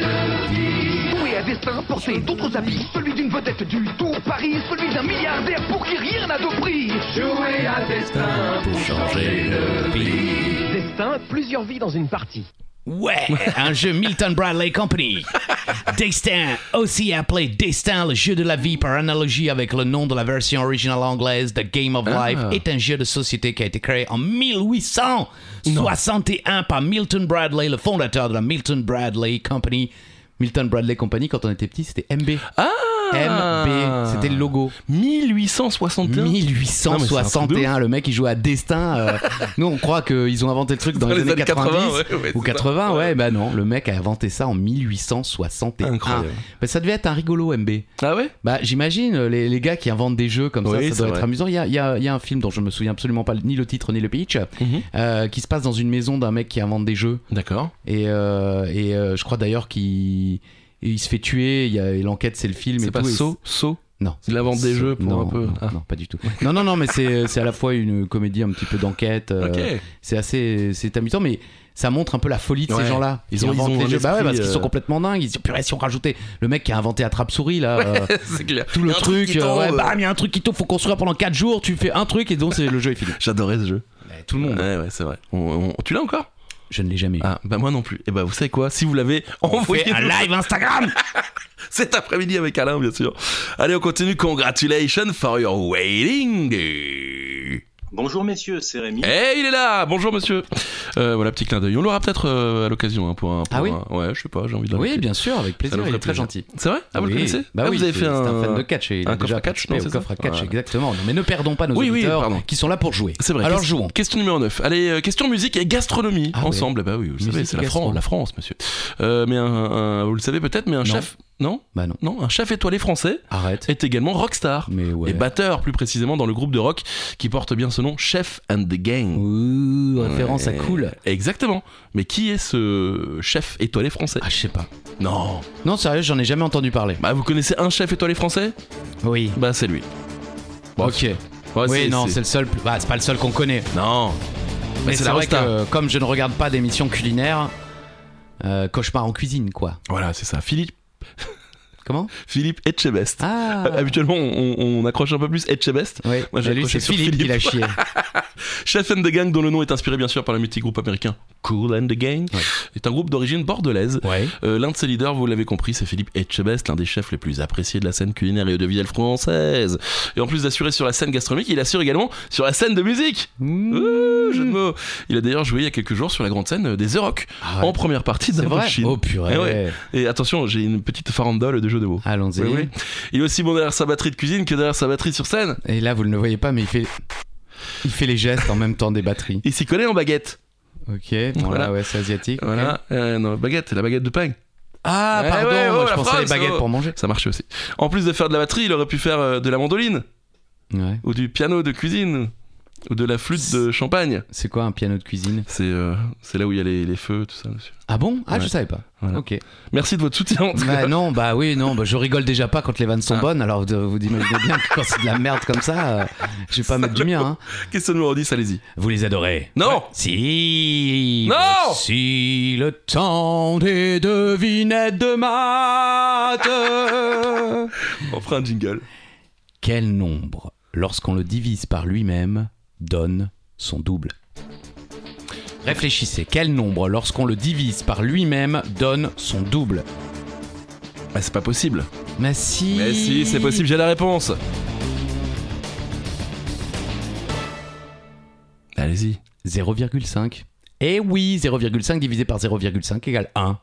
Speaker 4: Tout est à destin porté d'autres habits. Celui d'une vedette du Tour Paris, celui d'un milliardaire pour qui rien n'a de prix. Jouer à destin pour changer de vie. Destin, plusieurs vies dans une partie.
Speaker 3: Ouais, un jeu Milton Bradley Company. Destin, aussi appelé Destin, le jeu de la vie par analogie avec le nom de la version originale anglaise de Game of
Speaker 1: Ah.
Speaker 3: Life, est un jeu de société qui a été créé en 1861 par Milton Bradley, le fondateur de la Milton Bradley Company. Milton Bradley Company, quand on était petit, c'était MB.
Speaker 1: Ah
Speaker 3: MB, c'était le logo.
Speaker 1: 1861.
Speaker 3: 1861, le mec il joue à destin. euh, nous on croit qu'ils ont inventé le truc dans, les, années 90,
Speaker 1: ouais, ouais,
Speaker 3: ou
Speaker 1: c'est ça.
Speaker 3: 80, ouais, bah non, le mec a inventé ça en 1861.
Speaker 1: Incroyable.
Speaker 3: Bah, ça devait être un rigolo MB.
Speaker 1: Ah ouais
Speaker 3: Bah j'imagine euh, les, les gars qui inventent des jeux comme
Speaker 1: Oui,
Speaker 3: ça, ça
Speaker 1: c'est
Speaker 3: doit
Speaker 1: vrai.
Speaker 3: être amusant. Il y a, il y a- il y a un film dont je me souviens absolument pas ni le titre ni le pitch,
Speaker 1: Mhm.
Speaker 3: euh, qui se passe dans une maison d'un mec qui invente des jeux.
Speaker 1: D'accord.
Speaker 3: Et, euh, et euh, je crois d'ailleurs qu'il il se fait tuer, il y a- et l'enquête c'est le film.
Speaker 1: C'est
Speaker 3: et
Speaker 1: pas
Speaker 3: tout, et
Speaker 1: saut, saut.
Speaker 3: non.
Speaker 1: Il invente des jeux pour
Speaker 3: Non,
Speaker 1: un peu-
Speaker 3: Non,
Speaker 1: Ah.
Speaker 3: non, pas du tout. Non, non, non, mais c'est c'est à la fois une comédie un petit peu d'enquête. euh,
Speaker 1: Ok.
Speaker 3: C'est assez c'est amusant, mais ça montre un peu la folie de
Speaker 1: Ouais.
Speaker 3: ces gens-là.
Speaker 1: Ils
Speaker 3: qui
Speaker 1: ont- ils
Speaker 3: inventent
Speaker 1: ont
Speaker 3: les
Speaker 1: un
Speaker 3: jeux. Bah ouais,
Speaker 1: esprit,
Speaker 3: parce qu'ils
Speaker 1: euh,
Speaker 3: sont complètement dingues. Ils se disent, purée, si on rajoutait le mec qui a inventé attrape souris là. euh,
Speaker 1: c'est clair.
Speaker 3: Tout
Speaker 1: Y
Speaker 3: le
Speaker 1: a un
Speaker 3: truc,
Speaker 1: qui
Speaker 3: euh,
Speaker 1: tombe.
Speaker 3: ouais, bam, il y a un truc qui tombe, faut construire pendant 4 jours, tu fais un truc et donc c'est le jeu est fini.
Speaker 1: J'adorais ce jeu.
Speaker 3: Tout le monde.
Speaker 1: Ouais, ouais, c'est vrai. On- on- Tu l'as encore
Speaker 3: Je ne l'ai jamais eu.
Speaker 1: Ah, bah moi non plus. Et bah vous savez quoi Si vous l'avez
Speaker 3: On fait
Speaker 1: envoyé
Speaker 3: un live Instagram
Speaker 1: cet après-midi avec Alain, bien sûr. Allez, on continue. Congratulations for your waiting.
Speaker 5: Bonjour messieurs, c'est Rémi.
Speaker 1: Eh, il est là Bonjour, monsieur. Euh, voilà, petit clin d'œil. On l'aura peut-être euh, à l'occasion hein, pour un. pour
Speaker 3: Ah oui
Speaker 1: un- Ouais, je sais pas, j'ai envie de
Speaker 3: Oui,
Speaker 1: l'inviter.
Speaker 3: bien sûr, avec plaisir,
Speaker 1: nous
Speaker 3: il
Speaker 1: ferait
Speaker 3: est très
Speaker 1: plaisir.
Speaker 3: gentil.
Speaker 1: C'est vrai Ah, vous le
Speaker 3: Oui.
Speaker 1: connaissez
Speaker 3: Bah
Speaker 1: Ah,
Speaker 3: oui,
Speaker 1: vous avez
Speaker 3: c'est-
Speaker 1: fait un.
Speaker 3: c'est un fan de catch et il
Speaker 1: un
Speaker 3: a
Speaker 1: coffre
Speaker 3: déjà
Speaker 1: à catch,
Speaker 3: participé
Speaker 1: non,
Speaker 3: au
Speaker 1: c'est ça
Speaker 3: coffre à catch,
Speaker 1: Voilà.
Speaker 3: exactement. Non, mais ne perdons pas nos
Speaker 1: Oui, oui,
Speaker 3: auditeurs
Speaker 1: pardon.
Speaker 3: qui sont là pour jouer.
Speaker 1: C'est vrai.
Speaker 3: Alors
Speaker 1: Qu'est-
Speaker 3: jouons.
Speaker 1: Question numéro 9. Allez, euh, question musique et gastronomie
Speaker 3: Ah ouais.
Speaker 1: ensemble. Bah oui, vous
Speaker 3: Musique
Speaker 1: savez, c'est
Speaker 3: et
Speaker 1: la France,
Speaker 3: gastro.
Speaker 1: la France, monsieur. Euh, mais un, un- vous le savez peut-être, mais un
Speaker 3: Non.
Speaker 1: chef. Non
Speaker 3: Bah non,
Speaker 1: Non, un chef étoilé français
Speaker 3: arrête.
Speaker 1: est également rockstar.
Speaker 3: Mais ouais.
Speaker 1: et batteur plus précisément dans le groupe de rock qui porte bien ce nom, Chef and the Gang.
Speaker 3: Ouh, référence
Speaker 1: Ouais.
Speaker 3: à cool.
Speaker 1: Exactement. Mais qui est ce chef étoilé français
Speaker 3: Ah, je sais pas.
Speaker 1: Non.
Speaker 3: Non, sérieux, j'en ai jamais entendu parler.
Speaker 1: Bah vous connaissez un chef étoilé français
Speaker 3: Oui.
Speaker 1: Bah c'est lui. Bon,
Speaker 3: Ok.
Speaker 1: Ouais,
Speaker 3: oui, non, c'est
Speaker 1: c'est
Speaker 3: le seul. Bah, c'est pas le seul qu'on connaît.
Speaker 1: Non. Bah,
Speaker 3: Mais
Speaker 1: c'est
Speaker 3: c'est
Speaker 1: la
Speaker 3: vrai que
Speaker 1: Rosta.
Speaker 3: euh, comme je ne regarde pas d'émissions culinaires, euh, cauchemar en cuisine, quoi.
Speaker 1: Voilà, c'est ça. Philippe,
Speaker 3: Comment
Speaker 1: Philippe Etchebest.
Speaker 3: Ah.
Speaker 1: Euh, Habituellement, on, on accroche un peu plus Etchebest.
Speaker 3: Ouais.
Speaker 1: Moi, j'ai
Speaker 3: Bah, lui,
Speaker 1: accroché
Speaker 3: c'est
Speaker 1: sur
Speaker 3: Philippe, qui l'a chié.
Speaker 1: Chef and the Gang, dont le nom est inspiré bien sûr par le mythique groupe américain Cool and the Gang,
Speaker 3: Ouais.
Speaker 1: est un groupe d'origine bordelaise
Speaker 3: ouais.
Speaker 1: Euh, l'un de ses leaders, vous l'avez compris, c'est Philippe Etchebest, l'un des chefs les plus appréciés de la scène culinaire et audiovisuelle française. Et en plus d'assurer sur la scène gastronomique, il assure également sur la scène de musique.
Speaker 3: Hmm.
Speaker 1: Ouh, jeu de mots. Il a d'ailleurs joué il y a quelques jours sur la grande scène euh, des The Rock,
Speaker 3: Ah ouais.
Speaker 1: en première partie
Speaker 3: C'est vrai.
Speaker 1: d'Indochine.
Speaker 3: Oh purée.
Speaker 1: Eh ouais. Et attention, j'ai une petite farandole de jeux de mots.
Speaker 3: Allons-y.
Speaker 1: Oui, oui. Il est aussi bon derrière sa batterie de cuisine que derrière sa batterie sur scène.
Speaker 3: Et là, vous ne le voyez pas, mais il fait. Il fait les gestes en même temps des batteries.
Speaker 1: Il s'y connaît en baguette.
Speaker 3: Ok, bon,
Speaker 1: Voilà.
Speaker 3: là, ouais, c'est asiatique. ok.
Speaker 1: Voilà, Euh, non, baguette, la baguette de pain.
Speaker 3: Ah,
Speaker 1: Eh
Speaker 3: pardon,
Speaker 1: ouais, oh,
Speaker 3: moi, je
Speaker 1: la
Speaker 3: pensais à les
Speaker 1: France,
Speaker 3: baguettes
Speaker 1: oh.
Speaker 3: pour manger.
Speaker 1: Ça marchait aussi. En plus de faire de la batterie, il aurait pu faire euh, de la mandoline,
Speaker 3: Ouais.
Speaker 1: ou du piano de cuisine, ou de la flûte de champagne.
Speaker 3: C'est quoi un piano de cuisine
Speaker 1: C'est euh, c'est là où il y a les, les feux, tout ça. monsieur.
Speaker 3: Ah bon Ah, je
Speaker 1: Ouais.
Speaker 3: savais pas.
Speaker 1: Voilà.
Speaker 3: Ok.
Speaker 1: Merci de votre soutien. en tout cas.
Speaker 3: Bah non, bah oui, non, bah je rigole déjà pas quand les vannes sont
Speaker 1: Ah.
Speaker 3: bonnes, alors vous, vous imaginez bien que quand c'est de la merde comme ça, euh, je vais pas mettre du mien. hein.
Speaker 1: Question numéro 10, allez-y.
Speaker 2: Vous les adorez.
Speaker 1: Non
Speaker 3: Si
Speaker 1: Non
Speaker 3: Si le temps des devinettes de
Speaker 1: Ah,
Speaker 3: maths
Speaker 1: On fera un jingle.
Speaker 3: Quel nombre, lorsqu'on le divise par lui-même, donne son double Réfléchissez, quel nombre, lorsqu'on le divise par lui-même, donne son double
Speaker 1: Bah, c'est pas possible.
Speaker 3: Mais si
Speaker 1: Mais si, c'est possible, j'ai la réponse. Bah, Allez-y.
Speaker 3: 0,5. Eh oui, 0,5 divisé par 0,5 égale 1.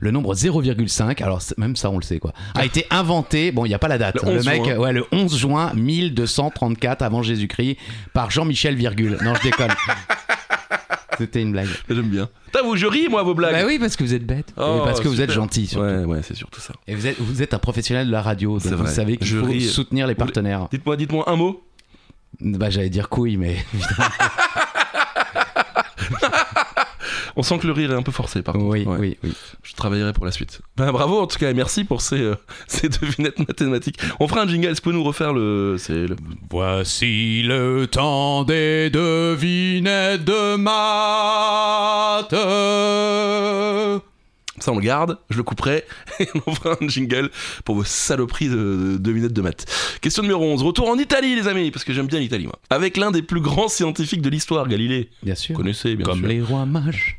Speaker 3: Le nombre 0,5, alors c'est- même ça on le sait quoi, a été inventé, bon il n'y a pas la date,
Speaker 1: Le
Speaker 3: hein,
Speaker 1: 11
Speaker 3: mec,
Speaker 1: juin.
Speaker 3: ouais, le 11 juin 1234 avant Jésus-Christ par Jean-Michel Virgule. Non je déconne. C'était une blague.
Speaker 1: J'aime bien. Putain, vous, je ris, moi, à vos blagues.
Speaker 3: Bah oui, parce que vous êtes bête.
Speaker 1: Oh,
Speaker 3: et parce que vous
Speaker 1: super.
Speaker 3: êtes gentil. surtout.
Speaker 1: Ouais, ouais, c'est surtout ça.
Speaker 3: Et vous êtes, vous êtes un professionnel de la radio,
Speaker 1: C'est
Speaker 3: donc vous
Speaker 1: vrai.
Speaker 3: savez qu'il
Speaker 1: Je
Speaker 3: faut
Speaker 1: ris.
Speaker 3: soutenir les partenaires.
Speaker 1: Dites-moi, dites-moi un mot.
Speaker 3: Bah j'allais dire couille, mais
Speaker 1: On sent que le rire est un peu forcé, par contre.
Speaker 3: oui,
Speaker 1: Ouais.
Speaker 3: oui, oui.
Speaker 1: Je travaillerai pour la suite. Ben, bravo en tout cas et merci pour ces, euh, ces devinettes mathématiques. On fera un jingle, est-ce que vous pouvez nous refaire le. C'est le...
Speaker 2: Voici le temps des devinettes de maths.
Speaker 1: Ça on le garde, je le couperai et on fera un jingle pour vos saloperies de, de devinettes de maths. Question numéro 11, retour en Italie les amis, parce que j'aime bien l'Italie moi. Avec l'un des plus grands scientifiques de l'histoire, Galilée.
Speaker 3: Bien
Speaker 1: Vous
Speaker 3: sûr.
Speaker 1: connaissez bien
Speaker 3: Comme
Speaker 1: sûr.
Speaker 3: les rois mages.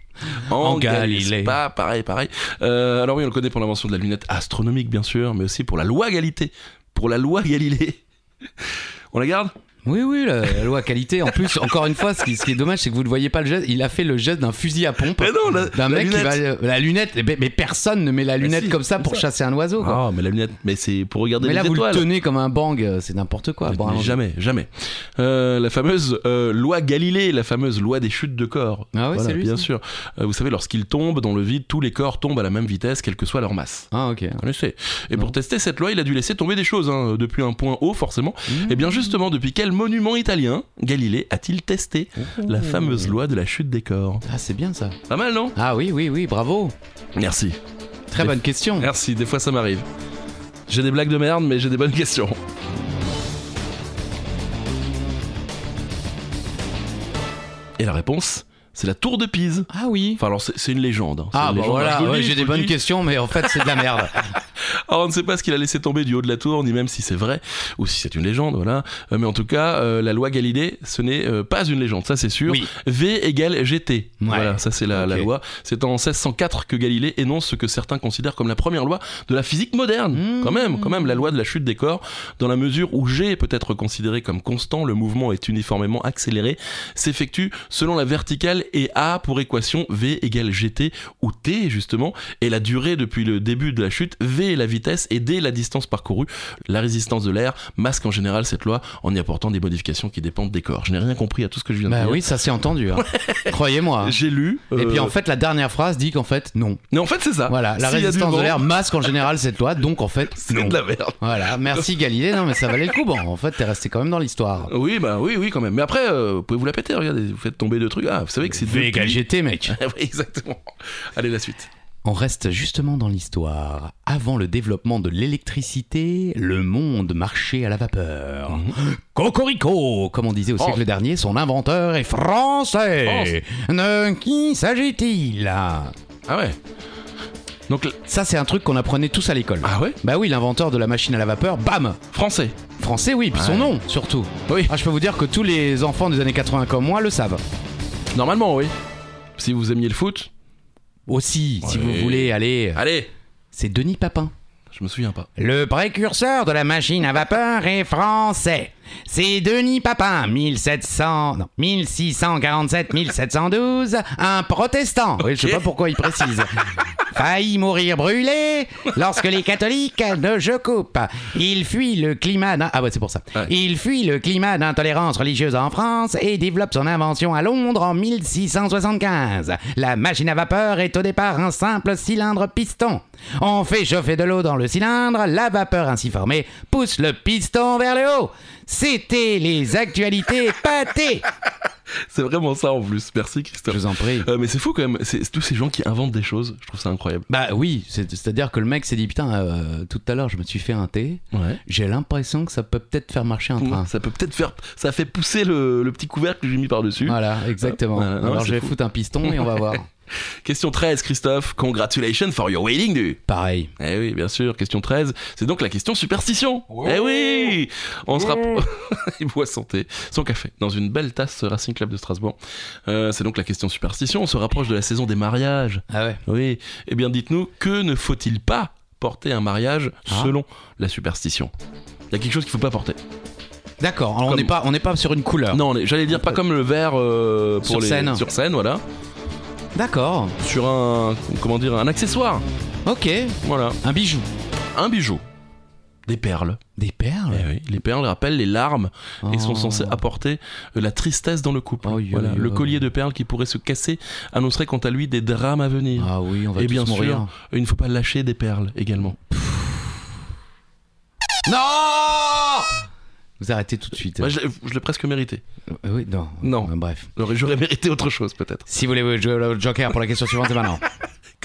Speaker 1: En
Speaker 3: En
Speaker 1: Galilée.
Speaker 3: Galilée.
Speaker 1: c'est Pas pareil, pareil. Euh, alors oui, on le connaît pour l'invention de la lunette astronomique, bien sûr, mais aussi pour la loi Galité. Pour la loi Galilée. On la garde
Speaker 3: Oui, oui, la, la loi qualité. En plus, encore une fois, ce qui, ce qui est dommage, c'est que vous ne voyez pas le geste. Il a fait le geste d'un fusil à pompe.
Speaker 1: Mais non, la- la
Speaker 3: D'un mec qui
Speaker 1: lunette.
Speaker 3: va. euh, La lunette, eh ben, mais personne ne met la lunette
Speaker 1: si,
Speaker 3: comme ça
Speaker 1: comme
Speaker 3: pour
Speaker 1: ça.
Speaker 3: chasser un oiseau. quoi.
Speaker 1: Ah, mais la lunette, mais c'est pour regarder
Speaker 3: mais là,
Speaker 1: les
Speaker 3: vous
Speaker 1: Ah, étoiles.
Speaker 3: le tenez comme un bang, euh, c'est n'importe quoi.
Speaker 1: Mais
Speaker 3: Bon, alors-
Speaker 1: jamais, jamais. Euh, la fameuse euh, loi Galilée, la fameuse loi des chutes de corps.
Speaker 3: Ah ouais,
Speaker 1: Voilà,
Speaker 3: c'est lui.
Speaker 1: bien
Speaker 3: ça
Speaker 1: sûr. Euh, vous savez, lorsqu'ils tombent dans le vide, tous les corps tombent à la même vitesse, quelle que soit leur masse.
Speaker 3: Ah, ok.
Speaker 1: On le sait. Et
Speaker 3: Non.
Speaker 1: pour tester cette loi, il a dû laisser tomber des choses, hein, depuis un point haut forcément.
Speaker 3: Mmh.
Speaker 1: Et bien justement, depuis quel monument italien Galilée a-t-il testé la fameuse loi de la chute des corps
Speaker 3: Ah, c'est bien ça.
Speaker 1: Pas mal, non
Speaker 3: Ah, oui, oui, oui, bravo.
Speaker 1: Merci.
Speaker 3: Très bonne question.
Speaker 1: Merci, des fois ça m'arrive. J'ai des blagues de merde, mais j'ai des bonnes questions. Et la réponse, c'est la tour de Pise.
Speaker 3: Ah, oui.
Speaker 1: Enfin alors c'est c'est une légende. hein. C'est
Speaker 3: Ah,
Speaker 1: une
Speaker 3: bah
Speaker 1: légende. Je
Speaker 3: voilà,
Speaker 1: vous le
Speaker 3: ouais,
Speaker 1: dis, je
Speaker 3: j'ai
Speaker 1: vous
Speaker 3: des
Speaker 1: le
Speaker 3: bonnes
Speaker 1: dis.
Speaker 3: questions, mais en fait, c'est de la merde.
Speaker 1: Alors on ne sait pas ce qu'il a laissé tomber du haut de la tour, ni même si c'est vrai, ou si c'est une légende, voilà. Euh, mais en tout cas, euh, la loi Galilée, ce n'est euh, pas une légende, ça c'est sûr.
Speaker 3: Oui.
Speaker 1: V égale GT. Voilà, ça c'est la, la
Speaker 3: Ok.
Speaker 1: loi. C'est en 1604 que Galilée énonce ce que certains considèrent comme la première loi de la physique moderne.
Speaker 3: Mmh.
Speaker 1: Quand même, quand même, la loi de la chute des corps, dans la mesure où G est peut-être considéré comme constant, le mouvement est uniformément accéléré, s'effectue selon la verticale et A pour équation V égale GT ou T justement, et la durée depuis le début de la chute, V est la vitesse et D la distance parcourue, la résistance de l'air, masque en général cette loi en y apportant des modifications qui dépendent des corps. Je n'ai rien compris à tout ce que je viens de
Speaker 3: Bah
Speaker 1: dire. Ah.
Speaker 3: oui, ça s'est entendu. hein. Croyez-moi.
Speaker 1: J'ai lu.
Speaker 3: Et puis
Speaker 1: euh,
Speaker 3: en fait, la dernière phrase dit qu'en fait, non.
Speaker 1: Mais en fait, c'est ça.
Speaker 3: Voilà, la
Speaker 1: S'il y a du
Speaker 3: résistance de
Speaker 1: vent,
Speaker 3: l'air masque en général cette loi, donc en fait,
Speaker 1: C'est
Speaker 3: non.
Speaker 1: de la merde.
Speaker 3: Voilà, merci Galilée, non mais ça valait le coup. Bon, en fait, t'es resté quand même dans l'histoire.
Speaker 1: Oui, bah oui, oui, quand même. Mais après, euh, vous pouvez vous la péter, regardez, vous faites tomber deux trucs. Ah, vous savez que c'est deux.
Speaker 2: V égale
Speaker 1: piliers.
Speaker 3: GT, mec.
Speaker 1: Ah oui, exactement. Allez, la suite.
Speaker 3: On reste justement dans l'histoire. Avant le développement de l'électricité, le monde marchait à la vapeur.
Speaker 1: Mhm.
Speaker 3: Cocorico, comme on disait au
Speaker 1: France.
Speaker 3: siècle dernier, son inventeur est français. De qui s'agit-il
Speaker 1: Ah ouais. Donc, l-
Speaker 3: Ça, c'est un truc qu'on apprenait tous à l'école.
Speaker 1: ah ouais
Speaker 3: Bah oui, l'inventeur de la machine à la vapeur, bam,
Speaker 1: Français.
Speaker 3: Français, oui, puis son
Speaker 1: Ouais.
Speaker 3: nom surtout.
Speaker 1: Oui.
Speaker 3: Ah, je peux vous dire que tous les enfants des années 80 comme moi le savent.
Speaker 1: Normalement, oui. Si vous aimiez le foot.
Speaker 3: Aussi, si
Speaker 1: Ouais.
Speaker 3: vous voulez aller,
Speaker 1: Allez
Speaker 3: c'est Denis Papin.
Speaker 1: Je me souviens pas.
Speaker 3: Le précurseur de la machine à vapeur est français. C'est Denis Papin, 1700, non, 1647-1712, un protestant. Oui, je sais
Speaker 1: Ok.
Speaker 3: pas pourquoi il précise. faillit mourir brûlé lorsque les catholiques ne je coupe. Il fuit le climat d'in- ah ouais, c'est pour ça.
Speaker 1: Ouais.
Speaker 3: Il fuit le climat d'intolérance religieuse en France et développe son invention à Londres en 1675. La machine à vapeur est au départ un simple cylindre piston. On fait chauffer de l'eau dans le cylindre, la vapeur ainsi formée pousse le piston vers le haut. C'était les actualités pâtées.
Speaker 1: C'est vraiment ça en plus. Merci Christophe.
Speaker 3: en prie.
Speaker 1: Euh, mais c'est fou quand même, c'est c'est tous ces gens qui inventent des choses, je trouve ça incroyable.
Speaker 3: Bah oui, c'est- c'est-à-dire que le mec s'est dit putain, euh, tout à l'heure je me suis fait un thé,
Speaker 1: Ouais.
Speaker 3: j'ai l'impression que ça peut peut-être faire marcher un train.
Speaker 1: Ça peut peut-être faire, ça fait pousser le, le petit couvercle que j'ai mis par-dessus.
Speaker 3: Voilà, exactement.
Speaker 1: Voilà, non,
Speaker 3: Alors
Speaker 1: c'est
Speaker 3: je vais
Speaker 1: fou.
Speaker 3: foutre un piston et on va voir.
Speaker 1: Question 13, Christophe, congratulations for your waiting du.
Speaker 3: Pareil.
Speaker 1: Eh oui, bien sûr, question 13, c'est donc la question superstition. Eh oui On se rapproche. Il boit santé, son café, dans une belle tasse Racing Club de Strasbourg. Euh, c'est donc la question superstition, on se rapproche de la saison des mariages.
Speaker 3: Ah ouais.
Speaker 1: Oui, eh bien dites-nous, que ne faut-il pas porter un mariage
Speaker 3: Ah.
Speaker 1: selon la superstition Il y a quelque chose qu'il faut pas porter.
Speaker 3: D'accord, alors on
Speaker 1: Comme-
Speaker 3: n'est pas, on n'est pas sur une couleur.
Speaker 1: Non, on est- j'allais dire pas comme le verre euh, pour
Speaker 3: Ah. Sur
Speaker 1: les
Speaker 3: scène.
Speaker 1: sur scène, voilà,
Speaker 3: D'accord,
Speaker 1: sur un comment dire un accessoire,
Speaker 3: ok.
Speaker 1: voilà,
Speaker 3: Un bijou.
Speaker 1: un bijou, des perles.
Speaker 3: Des perles
Speaker 1: Eh oui, les perles rappellent les larmes et sont
Speaker 3: Oh.
Speaker 1: censées apporter euh, la tristesse dans le couple.
Speaker 3: Oh, yo,
Speaker 1: Voilà,
Speaker 3: yo.
Speaker 1: Le collier de perles qui pourrait se casser annoncerait quant à lui des drames à venir.
Speaker 3: Ah oui, on va
Speaker 1: Et
Speaker 3: tous
Speaker 1: bien sûr.
Speaker 3: mourir.
Speaker 1: Il ne faut pas lâcher des perles également.
Speaker 3: Non Vous arrêtez tout de suite.
Speaker 1: Moi, Bah, je l'ai- je l'ai presque mérité.
Speaker 3: Euh, Oui, non.
Speaker 1: Non.
Speaker 3: Euh, Bref.
Speaker 1: J'aurais j'aurais mérité autre chose peut-être.
Speaker 3: Si vous voulez jouer au Joker pour la question suivante, c'est maintenant.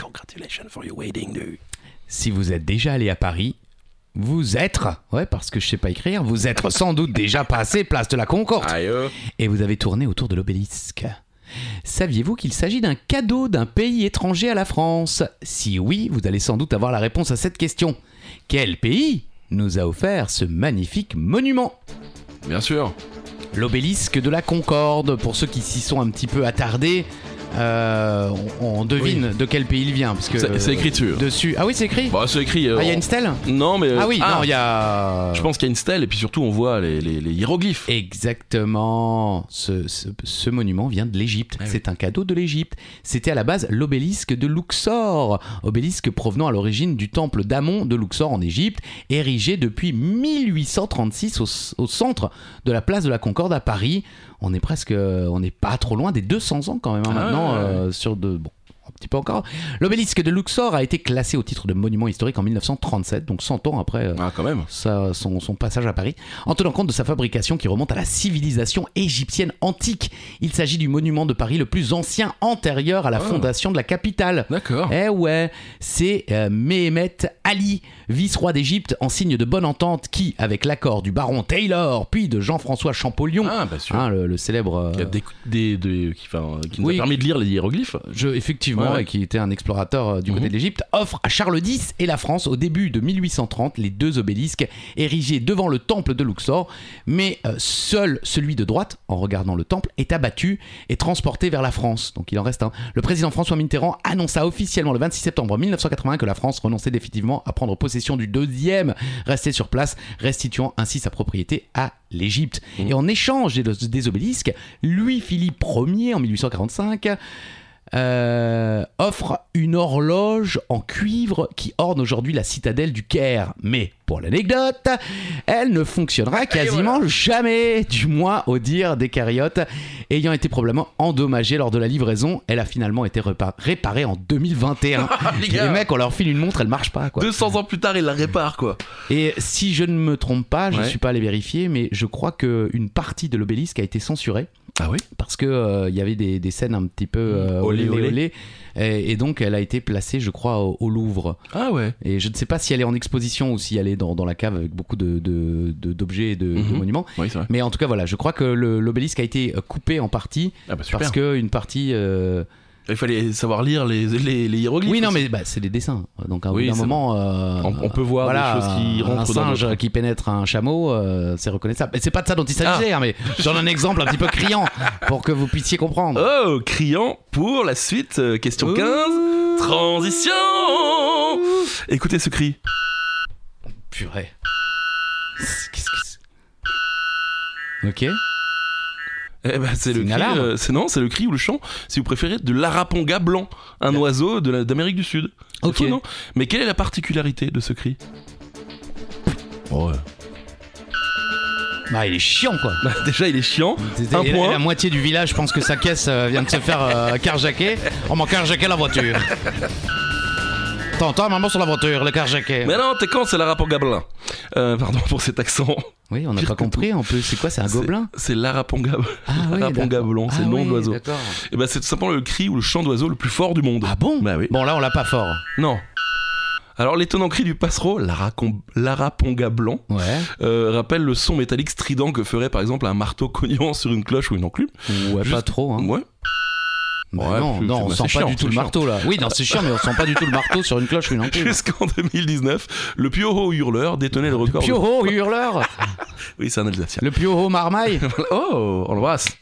Speaker 1: Congratulations for your wedding dude.
Speaker 3: Si vous êtes déjà allé à Paris, vous êtes, ouais, parce que je sais pas écrire, vous êtes sans doute déjà passé place de la Concorde.
Speaker 1: Aïe, euh.
Speaker 3: et vous avez tourné autour de l'obélisque. Saviez-vous qu'il s'agit d'un cadeau d'un pays étranger à la France Si oui, vous allez sans doute avoir la réponse à cette question. Quel pays nous a offert ce magnifique monument
Speaker 1: Bien sûr.
Speaker 3: L'obélisque de la Concorde, pour ceux qui s'y sont un petit peu attardés, euh, on, on devine de quel pays il vient. parce que
Speaker 1: C'est- c'est écrit dessus.
Speaker 3: Dessus. Ah oui, c'est écrit
Speaker 1: Bah, c'est écrit. euh,
Speaker 3: Ah, il y a une stèle
Speaker 1: Non, mais. euh,
Speaker 3: Ah oui, non, il y a...
Speaker 1: Je pense qu'il y a une stèle et puis surtout on voit les, les- les hiéroglyphes.
Speaker 3: Exactement. Ce, ce- ce monument vient de l'Égypte.
Speaker 1: Ah oui.
Speaker 3: C'est un cadeau de l'Égypte. C'était à la base l'obélisque de Luxor, obélisque provenant à l'origine du temple d'Amon de Luxor en Égypte, érigé depuis 1836 au, au centre de la place de la Concorde à Paris. On est presque, euh, on n'est pas trop loin des 200 ans quand même hein,
Speaker 1: Ah
Speaker 3: maintenant
Speaker 1: ouais, ouais,
Speaker 3: euh, sur de bon. Un petit peu encore. L'obélisque de Luxor a été classé au titre de monument historique en 1937, donc 100 ans après euh,
Speaker 1: Ah, quand même.
Speaker 3: sa- son, son passage à Paris, en tenant compte de sa fabrication qui remonte à la civilisation égyptienne antique. Il s'agit du monument de Paris le plus ancien antérieur à la
Speaker 1: Oh.
Speaker 3: fondation de la capitale.
Speaker 1: D'accord.
Speaker 3: Eh ouais, c'est euh, Mehemet Ali, vice-roi d'Égypte en signe de bonne entente, qui, avec l'accord du baron Taylor, puis de Jean-François Champollion,
Speaker 1: Ah, bah sûr.
Speaker 3: hein, le, le célèbre... euh,
Speaker 1: Il y a des, des- des- qui, enfin, qui nous
Speaker 3: Oui.
Speaker 1: a permis de lire les hiéroglyphes.
Speaker 3: je, effectivement,
Speaker 1: Ouais, ouais.
Speaker 3: et qui était un explorateur euh, du
Speaker 1: Mhm.
Speaker 3: côté de l'Égypte, offre à Charles X et la France au début de 1830 les deux obélisques érigés devant le temple de Luxor, mais euh, seul celui de droite, en regardant le temple, est abattu et transporté vers la France. Donc il en reste un. Le président François Mitterrand annonça officiellement le 26 septembre 1981 que la France renonçait définitivement à prendre possession du deuxième resté sur place, restituant ainsi sa propriété à l'Égypte.
Speaker 1: Mhm.
Speaker 3: Et en échange des, des obélisques, Louis-Philippe Ier, en 1845, euh, offre une horloge en cuivre qui orne aujourd'hui la citadelle du Caire. Mais pour l'anecdote, elle ne fonctionnera quasiment jamais, du moins au dire des cariotes. Ayant été probablement endommagée lors de la livraison, elle a finalement été repa- réparée en 2021.
Speaker 1: les
Speaker 3: Ah, Les
Speaker 1: gars.
Speaker 3: mecs, on leur file une montre, elle marche pas. Quoi.
Speaker 1: 200 ans plus tard, il la répare, quoi.
Speaker 3: Et si je ne me trompe pas, je ne
Speaker 1: Ouais.
Speaker 3: suis pas allé vérifier, mais je crois qu'une partie de l'obélisque a été censurée
Speaker 1: Ah oui
Speaker 3: parce que euh, il y avait des, des scènes un petit peu euh,
Speaker 1: Olé,
Speaker 3: olé olé,
Speaker 1: olé.
Speaker 3: Et, et donc elle a été placée je crois au, au Louvre
Speaker 1: Ah ouais.
Speaker 3: et je ne sais pas si elle est en exposition ou si elle est dans, dans la cave avec beaucoup de- de- de- d'objets de, et de,
Speaker 1: Mhm.
Speaker 3: monuments
Speaker 1: Oui, c'est vrai.
Speaker 3: mais en tout cas voilà je crois que le- l'obélisque a été euh, coupé en partie
Speaker 1: Ah bah
Speaker 3: parce
Speaker 1: super.
Speaker 3: que une partie euh,
Speaker 1: Il fallait savoir lire les, les, les hiéroglyphes.
Speaker 3: oui non
Speaker 1: aussi.
Speaker 3: mais bah, c'est des dessins donc à un bout
Speaker 1: Oui,
Speaker 3: d'un
Speaker 1: c'est
Speaker 3: moment euh,
Speaker 1: On, on peut voir
Speaker 3: voilà,
Speaker 1: des choses qui rentrent
Speaker 3: un
Speaker 1: dans
Speaker 3: singe
Speaker 1: notre...
Speaker 3: qui pénètre un chameau, euh, c'est reconnaissable. Mais c'est pas de ça dont il
Speaker 1: Ah.
Speaker 3: s'agissait, hein, mais j'en donne un exemple un petit peu criant pour que vous puissiez comprendre.
Speaker 1: Oh, criant pour la suite. euh, question 15. Transition Écoutez ce cri.
Speaker 3: Purée. Qu'est-ce que c'est Ok.
Speaker 1: Eh ben, c'est le
Speaker 3: une
Speaker 1: cri,
Speaker 3: alarme.
Speaker 1: euh, c'est non, c'est le cri ou le chant, si vous préférez, de l'araponga blanc, un oiseau de la- d'Amérique du Sud. C'est
Speaker 3: Euh. Ok.
Speaker 1: fou, non Mais quelle est la particularité de ce cri
Speaker 3: Bah, il est chiant, quoi.
Speaker 1: Bah, Déjà, il est chiant.
Speaker 3: Euh.
Speaker 1: Un
Speaker 3: Et la-
Speaker 1: point.
Speaker 3: La moitié du village pense que sa caisse euh, vient de se faire euh, carjacker. On m'a carjacké la voiture. T'entends, maman, sur la voiture, le carjacké.
Speaker 1: Mais non, t'es con, c'est l'araponga blanc. Euh, pardon pour cet accent.
Speaker 3: Oui, on n'a
Speaker 1: Pire
Speaker 3: pas
Speaker 1: que
Speaker 3: compris en plus. C'est quoi, c'est un
Speaker 1: C'est-
Speaker 3: gobelin
Speaker 1: C'est l'araponga
Speaker 3: Ah oui,
Speaker 1: l'araponga
Speaker 3: d'accord.
Speaker 1: blanc, c'est
Speaker 3: Ah
Speaker 1: le nom
Speaker 3: oui,
Speaker 1: de l'oiseau.
Speaker 3: d'accord.
Speaker 1: Et ben, c'est tout simplement le cri ou le chant d'oiseau le plus fort du monde.
Speaker 3: Ah bon
Speaker 1: Bah oui.
Speaker 3: Bon, là, on l'a pas fort.
Speaker 1: Non. Alors l'étonnant cri du passereau, l'aracon- l'araponga blanc,
Speaker 3: Ouais.
Speaker 1: euh, rappelle le son métallique strident que ferait par exemple un marteau cognant sur une cloche ou une enclume.
Speaker 3: Ouais,
Speaker 1: Juste-
Speaker 3: pas trop. Hein.
Speaker 1: Ouais.
Speaker 3: Bah
Speaker 1: Ouais,
Speaker 3: non,
Speaker 1: puis-
Speaker 3: non,
Speaker 1: bah,
Speaker 3: on
Speaker 1: c'est
Speaker 3: sent pas
Speaker 1: chiant,
Speaker 3: du tout le
Speaker 1: c'est
Speaker 3: marteau là. Oui, non, c'est chiant, mais on sent pas du tout le marteau sur une cloche ou une ampoule.
Speaker 1: Jusqu'en 2019, le Pioho hurleur détenait le record. de-
Speaker 3: Pioho hurleur
Speaker 1: Oui, c'est un Alsacien.
Speaker 3: Le Pioho marmaille
Speaker 1: Oh, on l'embrasse.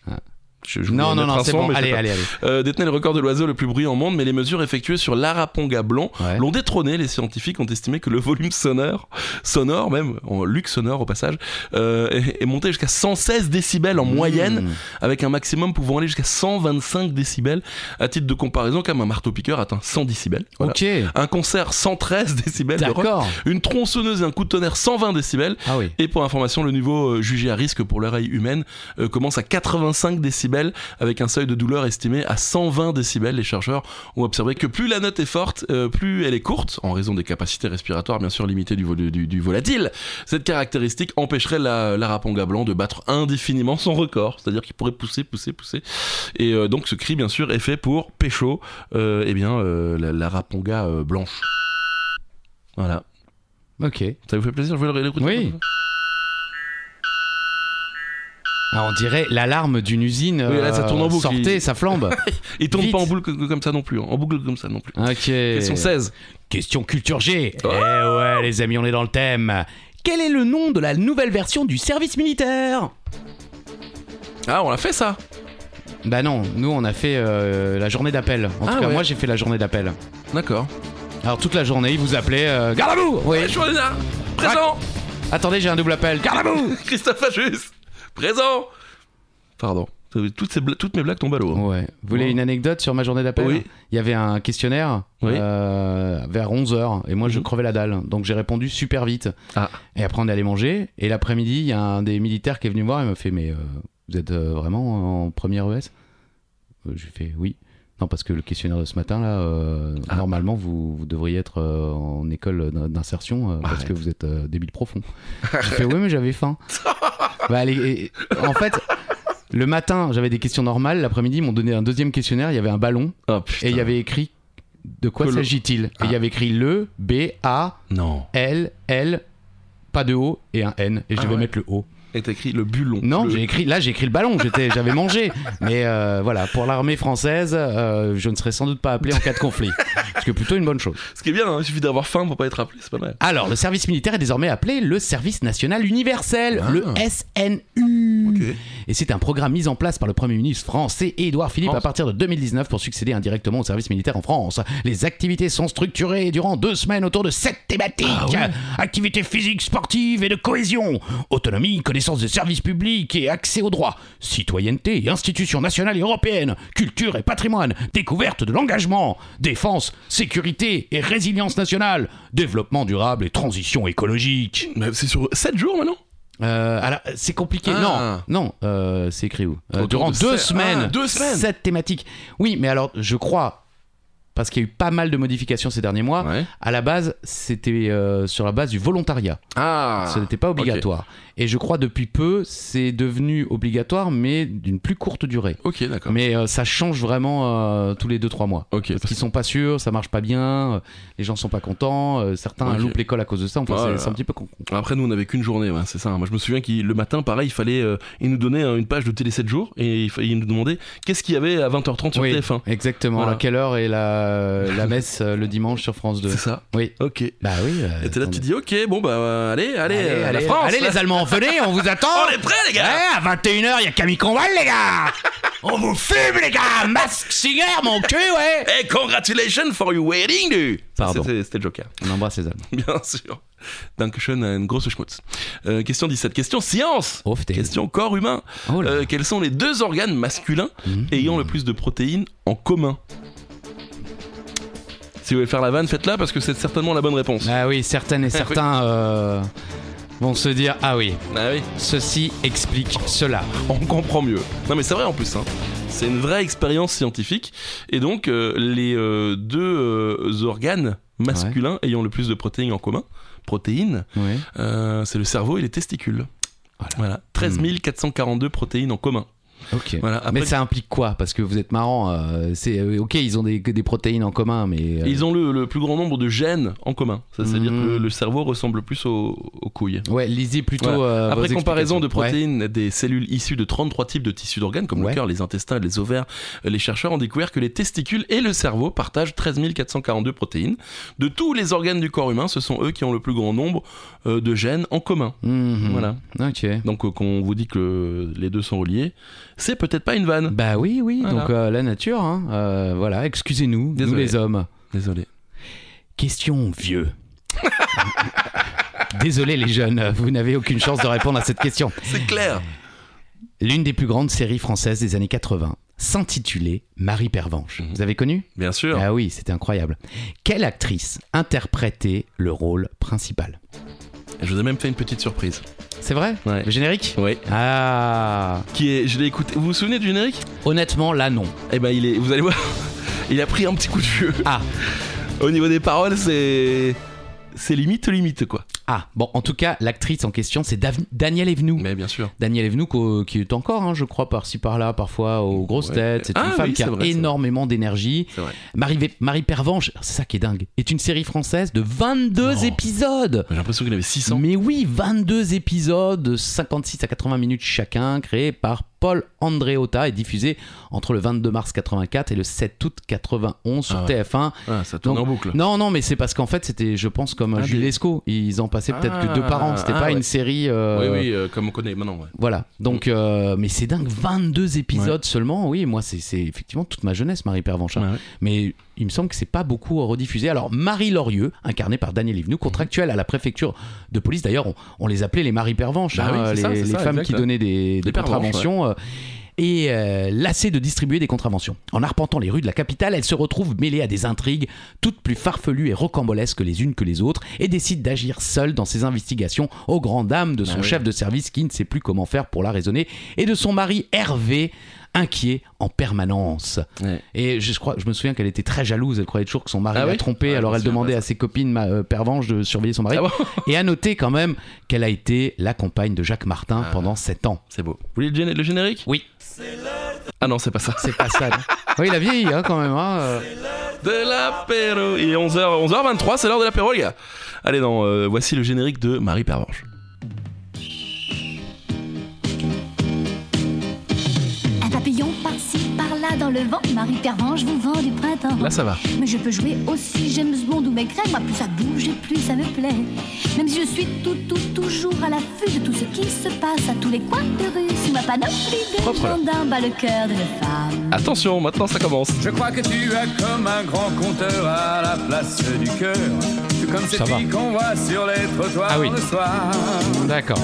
Speaker 1: Je- je voulais en
Speaker 3: Non, non,
Speaker 1: mettre
Speaker 3: non,
Speaker 1: un
Speaker 3: c'est
Speaker 1: son,
Speaker 3: bon.
Speaker 1: mais je
Speaker 3: Allez,
Speaker 1: sais pas.
Speaker 3: allez, allez.
Speaker 1: Euh, détenait le record de l'oiseau le plus bruyant au monde, mais les mesures effectuées sur l'araponga blanc
Speaker 3: Ouais.
Speaker 1: l'ont détrôné. Les scientifiques ont estimé que le volume sonore, sonore même, en luxe sonore au passage, euh, est, est monté jusqu'à 116 décibels en moyenne,
Speaker 3: Mmh.
Speaker 1: avec un maximum pouvant aller jusqu'à 125 décibels. À titre de comparaison, comme un marteau-piqueur atteint 100 décibels. Voilà.
Speaker 3: Ok,
Speaker 1: Un concert 113 décibels de rock,
Speaker 3: d'accord.
Speaker 1: une tronçonneuse et un coup de tonnerre 120 décibels.
Speaker 3: Ah oui.
Speaker 1: Et pour information, le niveau euh, jugé à risque pour l'oreille humaine euh, commence à 85 décibels, avec un seuil de douleur estimé à 120 décibels. Les chercheurs ont observé que plus la note est forte, euh, plus elle est courte, en raison des capacités respiratoires bien sûr limitées du, vol- du- du volatile. Cette caractéristique empêcherait la- l'araponga blanc de battre indéfiniment son record, c'est-à-dire qu'il pourrait pousser, pousser, pousser. Et euh, donc ce cri, bien sûr, est fait pour pécho, euh, eh bien, euh, la- l'araponga euh, blanche. Voilà.
Speaker 3: Ok.
Speaker 1: Ça vous fait plaisir, je vais l'écouter
Speaker 3: Oui. Ah, on dirait l'alarme d'une usine.
Speaker 1: Oui, là, ça tourne en
Speaker 3: euh,
Speaker 1: boucle,
Speaker 3: Sortez,
Speaker 1: il-
Speaker 3: ça flambe.
Speaker 1: Il tourne
Speaker 3: Vite.
Speaker 1: pas en boucle co- comme ça non plus, hein. en boucle comme ça non plus.
Speaker 3: Ok.
Speaker 1: Question 16.
Speaker 3: Question culture G.
Speaker 1: Oh.
Speaker 3: Eh ouais, les amis, on est dans le thème. Quel est le nom de la nouvelle version du service militaire
Speaker 1: Ah, on l'a fait ça
Speaker 3: Bah non, nous on a fait euh, la journée d'appel. En
Speaker 1: Ah
Speaker 3: tout cas,
Speaker 1: ouais.
Speaker 3: moi j'ai fait la journée d'appel.
Speaker 1: D'accord.
Speaker 3: Alors toute la journée, ils vous appelaient. euh, Garde à vous Oui.
Speaker 1: Je suis là Présent
Speaker 3: Attendez, j'ai un double appel. Garde à vous
Speaker 1: Christophe Ajus Présent Pardon. Toutes, ces bla- toutes mes blagues tombent à l'eau. hein.
Speaker 3: Ouais. Vous voulez
Speaker 1: Ouais.
Speaker 3: une anecdote sur ma journée d'appel
Speaker 1: Oui.
Speaker 3: Il y avait un questionnaire
Speaker 1: Oui.
Speaker 3: euh, vers 11h et moi je
Speaker 1: Mhm.
Speaker 3: crevais la dalle. Donc j'ai répondu super vite.
Speaker 1: Ah.
Speaker 3: Et après on est allé manger et l'après-midi, il y a un des militaires qui est venu me voir et m'a fait Mais euh, vous êtes euh, vraiment en première ES Euh, J'ai fait Oui. Non, parce que le questionnaire de ce matin, là, euh,
Speaker 1: Ah.
Speaker 3: normalement, vous, vous devriez être euh, en école d'in- d'insertion euh, parce
Speaker 1: Arrête.
Speaker 3: que vous êtes euh, débile profond. J'ai fait Oui, mais j'avais faim. Bah, allez, et- en fait, le matin, j'avais des questions normales. L'après-midi, ils m'ont donné un deuxième questionnaire. Il y avait un ballon
Speaker 1: Ah, putain.
Speaker 3: et il y avait écrit de quoi
Speaker 1: Que le- Ah.
Speaker 3: s'agit-il Et il y avait écrit le B A
Speaker 1: Non.
Speaker 3: L L pas de O et un N et je
Speaker 1: Ah
Speaker 3: vais
Speaker 1: ouais.
Speaker 3: mettre le O.
Speaker 1: Et t'as écrit le bulon.
Speaker 3: Non,
Speaker 1: Le-
Speaker 3: j'ai écrit là j'ai écrit le ballon, j'étais j'avais mangé. Mais euh, voilà, pour l'armée française, euh, je ne serais sans doute pas appelé en cas de conflit. Ce qui est plutôt une bonne chose.
Speaker 1: Ce qui est bien, hein, il suffit d'avoir faim pour pas être appelé, c'est pas mal.
Speaker 3: Alors, le service militaire est désormais appelé le service national universel,
Speaker 1: Ah.
Speaker 3: le SNU.
Speaker 1: Ok.
Speaker 3: Et c'est un programme mis en place par le Premier ministre français Édouard Philippe
Speaker 1: France.
Speaker 3: à partir de 2019 pour succéder indirectement au service militaire en France. Les activités sont structurées durant deux semaines autour de sept thématiques. Activités physiques, sportives et de cohésion. Autonomie, connaissance des services publics et accès aux droits. Citoyenneté et institutions nationales et européennes. Culture et patrimoine. Découverte de l'engagement. Défense, sécurité et résilience nationale. Développement durable et transition écologique.
Speaker 1: Mais c'est sur 7 jours maintenant
Speaker 3: Euh, alors, c'est compliqué.
Speaker 1: Ah.
Speaker 3: Non, non, euh, c'est écrit où Euh,
Speaker 1: Autour
Speaker 3: Durant
Speaker 1: de
Speaker 3: deux
Speaker 1: sept-
Speaker 3: semaines,
Speaker 1: Ah, deux semaines.
Speaker 3: sept thématiques. Oui, mais alors, je crois, parce qu'il y a eu pas mal de modifications ces derniers mois,
Speaker 1: Ouais.
Speaker 3: à la base, c'était euh, sur la base du volontariat.
Speaker 1: Ah
Speaker 3: Ce n'était pas obligatoire. Et je crois, depuis peu, c'est devenu obligatoire, mais d'une plus courte durée.
Speaker 1: Ok, d'accord.
Speaker 3: Mais euh, ça change vraiment euh, tous les 2-3 mois.
Speaker 1: Ok,
Speaker 3: Parce qu'ils sont pas sûrs, ça marche pas bien, euh, les gens sont pas contents, euh, certains
Speaker 1: Ok.
Speaker 3: loupent l'école à cause de ça. Enfin,
Speaker 1: Oh
Speaker 3: c'est-
Speaker 1: là
Speaker 3: c'est
Speaker 1: là.
Speaker 3: un petit peu con. con.
Speaker 1: Après, nous, on n'avait qu'une journée, ouais, c'est ça. hein. Moi, je me souviens qu'il le matin, pareil, il fallait. euh, il nous donnait euh, une page de Télé 7 jours et il, fa- il nous demandait qu'est-ce qu'il y avait à 20h30 sur
Speaker 3: Oui,
Speaker 1: TF1.
Speaker 3: Exactement.
Speaker 1: Voilà.
Speaker 3: À quelle heure est la, euh, la messe euh, le dimanche sur France 2.
Speaker 1: C'est ça
Speaker 3: Oui.
Speaker 1: Ok. Et
Speaker 3: Bah oui. euh,
Speaker 1: t'es là, tu
Speaker 3: attendez.
Speaker 1: dis, ok, bon, bah, allez, allez,
Speaker 3: Allez,
Speaker 1: euh, la
Speaker 3: allez,
Speaker 1: France
Speaker 3: allez,
Speaker 1: là.
Speaker 3: les Allemands, venez, on vous attend.
Speaker 1: On est prêts, les gars
Speaker 3: Ouais, à 21h, il y a Camille Conval, les gars On vous fume, les gars Mask Singer, mon cul, ouais
Speaker 1: Hey, congratulations for your wedding, dude Ça,
Speaker 3: Pardon.
Speaker 1: C'était c'était le Joker.
Speaker 3: On embrasse les Allemands.
Speaker 1: Bien sûr. Dankeschön a une grosse schmutz. Euh, question 17. Question science.
Speaker 3: Oh, putain.
Speaker 1: Question corps humain.
Speaker 3: Oh là. Mhm.
Speaker 1: Euh, quels sont les deux organes masculins ayant le plus de protéines en commun Si vous voulez faire la vanne, faites-la parce que c'est certainement la bonne réponse.
Speaker 3: Ah oui, certaines et certains euh, vont se dire Ah oui,
Speaker 1: Ah oui.
Speaker 3: ceci explique cela.
Speaker 1: on comprend mieux. Non mais c'est vrai en plus. hein. C'est une vraie expérience scientifique. Et donc euh, les euh, deux euh, organes masculins ayant le plus de protéines en commun, protéines,
Speaker 3: Oui.
Speaker 1: euh, c'est le cerveau et les testicules. Voilà. 13 442 protéines en commun.
Speaker 3: Ok.
Speaker 1: Voilà. Après,
Speaker 3: Hmm. mais ça implique quoi Parce que vous êtes marrant. euh, c'est euh, ok, ils ont des, des protéines en commun, mais euh,
Speaker 1: Ils ont le, le plus grand nombre de gènes en commun. Ça, C'est-à-dire
Speaker 3: Mhm.
Speaker 1: que le, le cerveau ressemble plus aux, aux couilles.
Speaker 3: ouais, lisez plutôt.
Speaker 1: Voilà.
Speaker 3: euh,
Speaker 1: Après
Speaker 3: vos
Speaker 1: comparaison de
Speaker 3: explications.
Speaker 1: protéines des cellules issues de 33 types de tissus d'organes comme
Speaker 3: Ouais.
Speaker 1: le cœur, les intestins, les ovaires, euh, les chercheurs ont découvert que les testicules et le cerveau partagent 13 442 protéines. De tous les organes du corps humain, ce sont eux qui ont le plus grand nombre euh, de gènes en commun.
Speaker 3: Ouais. Mhm.
Speaker 1: Voilà.
Speaker 3: Ok.
Speaker 1: Donc euh, quand on vous dit que les deux sont reliés, c'est peut-être pas une vanne.
Speaker 3: Bah oui, oui.
Speaker 1: Voilà.
Speaker 3: Donc euh, la nature, hein, euh, voilà. Excusez-nous, nous
Speaker 1: Désolé.
Speaker 3: les hommes.
Speaker 1: Désolé.
Speaker 3: Question vieux. Désolé les jeunes, vous n'avez aucune chance de répondre à cette question.
Speaker 1: C'est clair.
Speaker 3: L'une des plus grandes séries françaises des années 80 s'intitulait Marie Pervenche.
Speaker 1: Mhm.
Speaker 3: Vous avez connu
Speaker 1: Bien sûr.
Speaker 3: Ah oui, c'était incroyable. Quelle actrice interprétait le rôle principal
Speaker 1: Je vous ai même fait une petite surprise.
Speaker 3: C'est vrai
Speaker 1: Ouais.
Speaker 3: Le générique
Speaker 1: Oui.
Speaker 3: Ah
Speaker 1: Qui est, je l'ai écouté. Vous vous souvenez du générique
Speaker 3: Honnêtement, là non.
Speaker 1: Eh ben il est. Vous allez voir. Il a pris un petit coup de vieux.
Speaker 3: Ah
Speaker 1: Au niveau des paroles, c'est. C'est limite, limite, quoi.
Speaker 3: Ah Bon, en tout cas, l'actrice en question, c'est Dav- Daniel Evenou.
Speaker 1: Mais bien sûr.
Speaker 3: Daniel Evenou, qu'au- qui est encore, hein, je crois, par-ci par-là, parfois aux grosses
Speaker 1: Ouais.
Speaker 3: têtes. C'est
Speaker 1: Ah
Speaker 3: une femme
Speaker 1: oui,
Speaker 3: qui a
Speaker 1: c'est vrai, c'est vrai.
Speaker 3: énormément d'énergie.
Speaker 1: C'est vrai.
Speaker 3: Marie, Vé- Marie Pervenche, c'est ça qui est dingue, est une série française de 22
Speaker 1: Non.
Speaker 3: épisodes.
Speaker 1: J'ai l'impression qu'il avait 600.
Speaker 3: Mais oui, 22 épisodes, de 56 à 80 minutes chacun, créés par Paul Andréota et diffusés entre le 22 mars 84 et le 7 août 91 sur
Speaker 1: Ah ouais.
Speaker 3: TF1.
Speaker 1: Ah, ça tourne
Speaker 3: Donc,
Speaker 1: en boucle.
Speaker 3: Non, non, mais c'est parce qu'en fait, c'était, je pense, comme
Speaker 1: Ah,
Speaker 3: Jules Lescaut. Ils en passaient peut-être que deux par an. C'était
Speaker 1: Ah,
Speaker 3: pas
Speaker 1: ouais.
Speaker 3: une série. euh,
Speaker 1: Oui, oui, euh, comme on connaît maintenant. Ouais.
Speaker 3: Voilà, donc, euh, mais c'est dingue, 22 épisodes seulement, oui, moi c'est c'est effectivement toute ma jeunesse, Marie Pervenchard.
Speaker 1: Ouais, ouais.
Speaker 3: Mais il me semble que c'est pas beaucoup rediffusé. Alors, Marie Lorieux, incarnée par Daniel Yvnou, contractuelle à la préfecture de police, d'ailleurs, on, on les appelait les Marie Pervenches, hein,
Speaker 1: Bah oui, c'est
Speaker 3: les,
Speaker 1: ça, c'est
Speaker 3: les
Speaker 1: ça,
Speaker 3: femmes
Speaker 1: exact,
Speaker 3: qui
Speaker 1: ouais.
Speaker 3: donnaient des, des
Speaker 1: Des pervenches,
Speaker 3: contraventions. euh, et euh, lassée de distribuer des contraventions. En arpentant les rues de la capitale, elle se retrouve mêlée à des intrigues toutes plus farfelues et rocambolesques les unes que les autres, et décide d'agir seule dans ses investigations aux grandes dames de son
Speaker 1: Bah oui.
Speaker 3: chef de service qui ne sait plus comment faire pour la raisonner, et de son mari Hervé, inquiet en permanence.
Speaker 1: Ouais.
Speaker 3: Et je, je crois, je me souviens qu'elle était très jalouse, elle croyait toujours que son mari
Speaker 1: Ah
Speaker 3: l'a
Speaker 1: oui
Speaker 3: trompée,
Speaker 1: Ah, je
Speaker 3: alors
Speaker 1: me
Speaker 3: elle
Speaker 1: souviens
Speaker 3: demandait
Speaker 1: pas
Speaker 3: à ses copines ma, euh, pervenches de surveiller son mari.
Speaker 1: Ah bon
Speaker 3: et à noter quand même qu'elle a été la compagne de Jacques Martin
Speaker 1: Ah.
Speaker 3: pendant 7 ans.
Speaker 1: C'est beau. Vous voulez le, gén- le générique
Speaker 3: Oui.
Speaker 1: Ah non, c'est pas ça.
Speaker 3: C'est pas ça. non oui, il a vieilli hein, quand même. hein, euh.
Speaker 1: De l'apéro. Il est 11h, 11h23, c'est l'heure de l'apéro, les gars. Allez, non, euh, voici le générique de Marie Pervenche.
Speaker 6: Un papillon par-ci, par-là dans le vent. Marie Pervenche vous vend du printemps.
Speaker 1: Là, ça va.
Speaker 6: Mais je peux jouer aussi James Bond ou Maigret. Moi, plus ça bouge et plus ça me plaît. Même si je suis tout, tout, toujours à l'affût de tout ce qui se passe à tous les coins de rue. Sous ma panoplie de
Speaker 1: Propre, là. Ah.
Speaker 6: gendarmes bat le cœur d'une femme.
Speaker 1: Attention, maintenant ça commence.
Speaker 7: Je crois que tu as comme un grand compteur à la place du cœur. Tout comme cette
Speaker 3: Ça va.
Speaker 7: fille qu'on voit sur les trottoirs
Speaker 3: Ah oui.
Speaker 7: le soir.
Speaker 3: D'accord.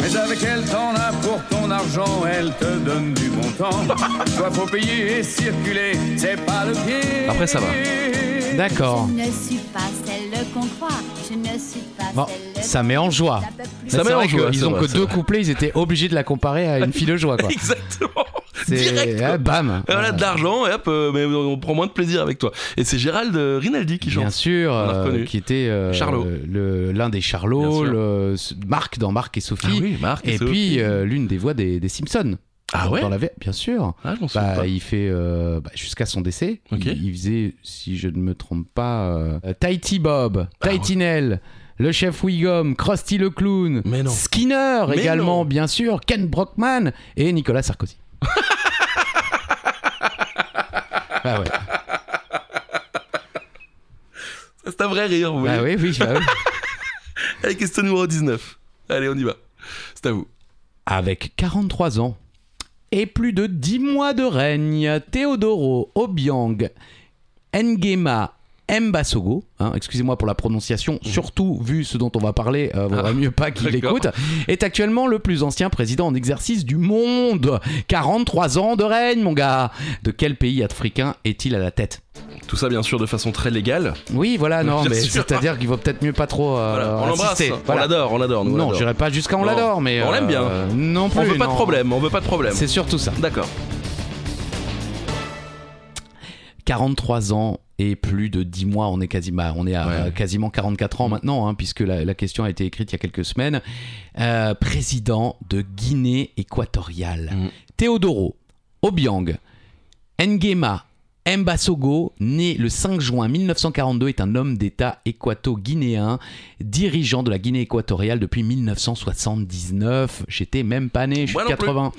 Speaker 7: Mais avec elle, t'en as pour ton argent, elle te donne du bon temps. Toi, faut payer et circuler, c'est pas le pied.
Speaker 1: Après, ça va.
Speaker 3: D'accord.
Speaker 6: Je ne suis pas celle qu'on croit. Je ne suis pas
Speaker 3: Bon,
Speaker 6: celle
Speaker 3: ça met en joie.
Speaker 1: Ça
Speaker 3: Mais
Speaker 1: met
Speaker 3: Bah, c'est
Speaker 1: en
Speaker 3: vrai
Speaker 1: joie,
Speaker 3: que Ils
Speaker 1: c'est
Speaker 3: ont
Speaker 1: vrai,
Speaker 3: que
Speaker 1: c'est
Speaker 3: deux
Speaker 1: vrai.
Speaker 3: couplets, ils étaient obligés de la comparer à une fille de joie. Quoi.
Speaker 1: Exactement.
Speaker 3: C'est-
Speaker 1: Direct.
Speaker 3: ah, bam.
Speaker 1: Et on a de l'argent, et hop, euh, mais on prend moins de plaisir avec toi. Et c'est Gérald euh, Rinaldi qui
Speaker 3: Bien
Speaker 1: chante.
Speaker 3: sûr,
Speaker 1: l'a
Speaker 3: euh,
Speaker 1: reconnu.
Speaker 3: qui était euh,
Speaker 1: Charlot.
Speaker 3: le- l'un des Charlots,
Speaker 1: Bien sûr.
Speaker 3: le, ce- Marc dans Marc et Sophie,
Speaker 1: Ah oui, Marc.
Speaker 3: et
Speaker 1: c'est-
Speaker 3: puis euh, l'une des voix des, des Simpsons.
Speaker 1: Ah ouais
Speaker 3: dans la V- Bien sûr.
Speaker 1: Ah, je m'en souviens
Speaker 3: Bah,
Speaker 1: pas.
Speaker 3: il fait euh, bah, jusqu'à son décès.
Speaker 1: Ok.
Speaker 3: Il, il faisait, si je ne me trompe pas, euh, Tahiti Bob,
Speaker 1: Ah ouais.
Speaker 3: Tahiti Nell, le chef Wiggum, Krusty le clown,
Speaker 1: Mais non.
Speaker 3: Skinner
Speaker 1: Mais
Speaker 3: également,
Speaker 1: non.
Speaker 3: bien sûr, Ken Brockman et Nicolas Ah Sarkozy. bah ouais.
Speaker 1: C'est un vrai rire, vous voyez.
Speaker 3: Bah oui, oui, bah oui.
Speaker 1: Allez, question numéro 19. Allez, on y va. C'est à vous.
Speaker 3: Avec 43 ans et plus de 10 mois de règne, Teodoro Obiang Nguema Mbasogo, hein, excusez-moi pour la prononciation, surtout vu ce dont on va parler, euh, vaudrait mieux pas qu'il
Speaker 1: Mm. Ah, d'accord.
Speaker 3: écoute, est actuellement le plus ancien président en exercice du monde. 43 ans de règne, mon gars De quel pays africain est-il à la tête
Speaker 1: Tout ça, bien sûr, de façon très légale.
Speaker 3: Oui, voilà, non,
Speaker 1: Bien
Speaker 3: mais
Speaker 1: sûr.
Speaker 3: c'est-à-dire qu'il vaut peut-être mieux pas trop euh,
Speaker 1: Voilà, on l'embrasse.
Speaker 3: insister.
Speaker 1: On
Speaker 3: Voilà.
Speaker 1: l'adore, on l'adore. nous, on
Speaker 3: Non,
Speaker 1: l'adore.
Speaker 3: j'irai pas jusqu'à on
Speaker 1: Non.
Speaker 3: l'adore, mais.
Speaker 1: On
Speaker 3: euh,
Speaker 1: l'aime bien.
Speaker 3: Non plus.
Speaker 1: on veut pas de
Speaker 3: non.
Speaker 1: problème, on veut pas de problème.
Speaker 3: C'est surtout ça.
Speaker 1: D'accord.
Speaker 3: 43 ans et plus de 10 mois, on est quasiment, on est à
Speaker 1: Ouais.
Speaker 3: euh, quasiment 44 ans maintenant, hein, puisque la, la question a été écrite il y a quelques semaines. Euh, président de Guinée équatoriale.
Speaker 1: Mm.
Speaker 3: Teodoro Obiang Nguema Mbasogo, né le 5 juin 1942, est un homme d'État équato-guinéen, dirigeant de la Guinée équatoriale depuis 1979. J'étais même pas né, je suis
Speaker 1: Moi
Speaker 3: de
Speaker 1: non plus.
Speaker 3: 80.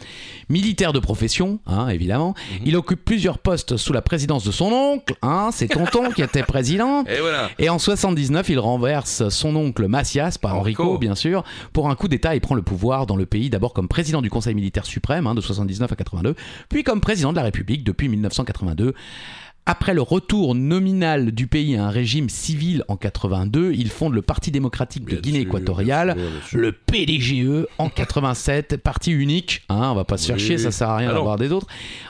Speaker 3: Militaire de profession, hein, évidemment. Il occupe plusieurs postes sous la présidence de son oncle, hein, c'est tonton qui était président.
Speaker 1: Et voilà.
Speaker 3: Et en 79, il renverse son oncle Macias par Enrico,
Speaker 1: Enrico.
Speaker 3: bien sûr, pour un coup d'État et prend le pouvoir dans le pays d'abord comme président du Conseil militaire suprême hein, de 79 à 82, puis comme président de la République depuis 1982. Après le retour nominal du pays à un régime civil en 82, il fonde le Parti démocratique de Guinée équatoriale, le PDGE E, en 87, parti unique. Hein, on va pas se faire
Speaker 1: Oui.
Speaker 3: chier, ça sert à rien
Speaker 1: Ah non.
Speaker 3: d'avoir des autres.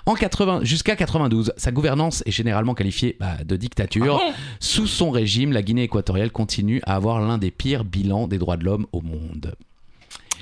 Speaker 3: En 80 jusqu'à 92, sa gouvernance est généralement qualifiée bah, de dictature. Sous son régime, la Guinée équatoriale continue à avoir l'un des pires bilans des droits de l'homme au monde.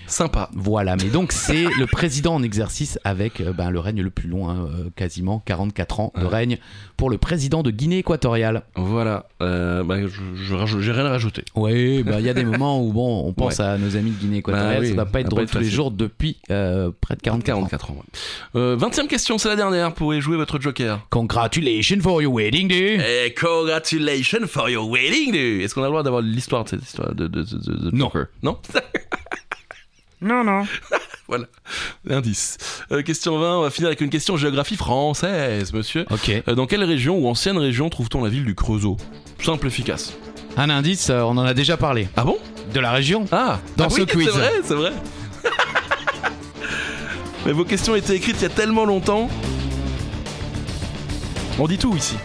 Speaker 1: Sympa.
Speaker 3: Voilà, mais donc c'est le président en exercice avec euh, ben, le règne le plus long, hein, euh, quasiment 44 ans de
Speaker 1: Ouais.
Speaker 3: règne pour le président de Guinée équatoriale.
Speaker 1: Voilà. Euh, bah, je- je rajoute- j'ai rien à rajouter.
Speaker 3: Oui, bah, il y a des moments où bon, on pense à nos amis de Guinée équatoriale,
Speaker 1: Bah oui,
Speaker 3: ça va pas être
Speaker 1: ça va pas
Speaker 3: drôle
Speaker 1: être
Speaker 3: tous les
Speaker 1: facile.
Speaker 3: jours depuis euh, près de 44 ans.
Speaker 1: 44 ans. ouais. Euh, 20e question, c'est la dernière. Vous pouvez jouer votre joker.
Speaker 3: Congratulations for your wedding day.
Speaker 1: Et Eh, congratulations for your wedding dude. Est-ce qu'on a le droit d'avoir l'histoire de cette histoire de, de, de, de- de
Speaker 3: Non.
Speaker 1: Joker Non Non, non. voilà. Indice. Euh, question 20, on va finir avec une question géographie française, monsieur.
Speaker 3: Ok.
Speaker 1: Euh, dans quelle région ou ancienne région trouve-t-on la ville du Creusot Simple, efficace.
Speaker 3: Un indice, euh, on en a déjà parlé.
Speaker 1: Ah bon
Speaker 3: De la région
Speaker 1: Ah
Speaker 3: Dans
Speaker 1: ah
Speaker 3: ce
Speaker 1: oui,
Speaker 3: quiz.
Speaker 1: C'est vrai, c'est vrai. Mais vos questions étaient écrites il y a tellement longtemps. On dit tout ici.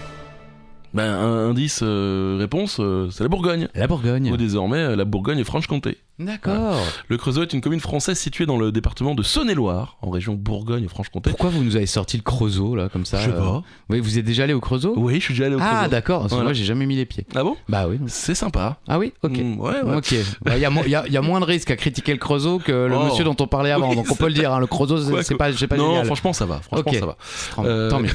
Speaker 1: Ben, un- indice, euh, réponse, euh, c'est la Bourgogne.
Speaker 3: La Bourgogne.
Speaker 1: Où désormais, euh, la Bourgogne est Franche-Comté.
Speaker 3: D'accord.
Speaker 1: Le Creusot est une commune française située dans le département de Saône-et-Loire, en région Bourgogne-Franche-Comté.
Speaker 3: Pourquoi vous nous avez sorti le Creusot là comme ça
Speaker 1: Je sais
Speaker 3: euh,
Speaker 1: pas.
Speaker 3: Oui, vous êtes déjà allé au Creusot
Speaker 1: Oui, je suis déjà allé au
Speaker 3: Ah
Speaker 1: Creusot.
Speaker 3: d'accord, parce que moi
Speaker 1: Voilà.
Speaker 3: j'ai jamais mis les pieds.
Speaker 1: Ah bon
Speaker 3: Bah oui.
Speaker 1: C'est sympa.
Speaker 3: Ah oui Ok.
Speaker 1: Mm, ouais, ouais.
Speaker 3: Ok. Bah, Il y, a mo- y a- y a moins de risques à critiquer le Creusot que le
Speaker 1: Oh.
Speaker 3: monsieur dont on parlait avant,
Speaker 1: Oui,
Speaker 3: donc on peut le dire, hein, le Creusot c'est-
Speaker 1: Quoi
Speaker 3: c'est
Speaker 1: que-
Speaker 3: pas, c'est pas
Speaker 1: non,
Speaker 3: génial.
Speaker 1: franchement, ça va. Franchement,
Speaker 3: Ok.
Speaker 1: ça va.
Speaker 3: Tant-
Speaker 1: euh,
Speaker 3: Tant mieux.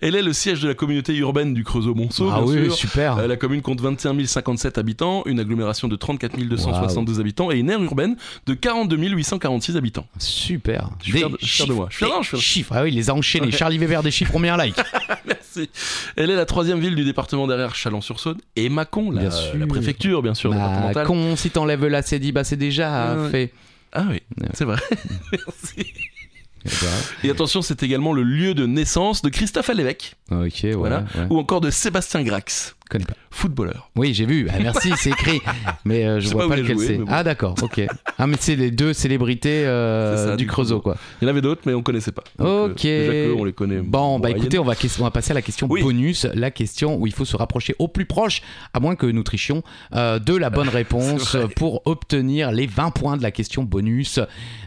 Speaker 1: Elle est le siège de la communauté urbaine du Creusot-Monceau,
Speaker 3: Ah
Speaker 1: bien
Speaker 3: oui,
Speaker 1: sûr.
Speaker 3: super.
Speaker 1: Euh, la commune compte 21 057 habitants, une agglomération de 34 272 habitants et une aire urbaine de 42 846 habitants.
Speaker 3: Super.
Speaker 1: Je suis fier de- je suis fier de moi. Je suis fier-
Speaker 3: des
Speaker 1: non, je suis fier. Ah,
Speaker 3: chiffres. Ah oui, il les a enchaînés. Charlie Weber des chiffres, on met un like.
Speaker 1: Merci. Elle est la troisième ville du département derrière Chalon-sur-Saône et Mâcon, la,
Speaker 3: Bien sûr.
Speaker 1: la préfecture, bien sûr,
Speaker 3: Bah,
Speaker 1: départementale.
Speaker 3: con, si t'enlèves la CDI, bah c'est déjà
Speaker 1: Ouais, ouais.
Speaker 3: fait.
Speaker 1: Ah oui,
Speaker 3: Ouais.
Speaker 1: c'est vrai. Merci. Et attention, c'est également le lieu de naissance de Christophe Lévesque,
Speaker 3: Ok, ouais,
Speaker 1: Voilà.
Speaker 3: ouais.
Speaker 1: ou encore de Sébastien Grax,
Speaker 3: Connais pas.
Speaker 1: footballeur.
Speaker 3: Oui, j'ai vu. Ah, merci, c'est écrit. Mais euh, je,
Speaker 1: Je sais
Speaker 3: vois
Speaker 1: pas
Speaker 3: pas,
Speaker 1: où il a
Speaker 3: lequel
Speaker 1: joué,
Speaker 3: c'est.
Speaker 1: mais bon.
Speaker 3: Ah, d'accord, ok. Ah, mais c'est les deux célébrités euh,
Speaker 1: C'est ça,
Speaker 3: du
Speaker 1: du Creusot.
Speaker 3: Creusot, quoi.
Speaker 1: Il y en avait d'autres, mais on connaissait pas. Donc, euh,
Speaker 3: Ok.
Speaker 1: déjà qu'eux, on les connaît.
Speaker 3: Bon, bah
Speaker 1: moyenne.
Speaker 3: écoutez, on va, ques- on va passer à la question
Speaker 1: Oui.
Speaker 3: bonus, la question où il faut se rapprocher au plus proche, à moins que nous trichions, euh, de la bonne réponse
Speaker 1: vrai.
Speaker 3: euh, pour obtenir les 20 points de la question bonus.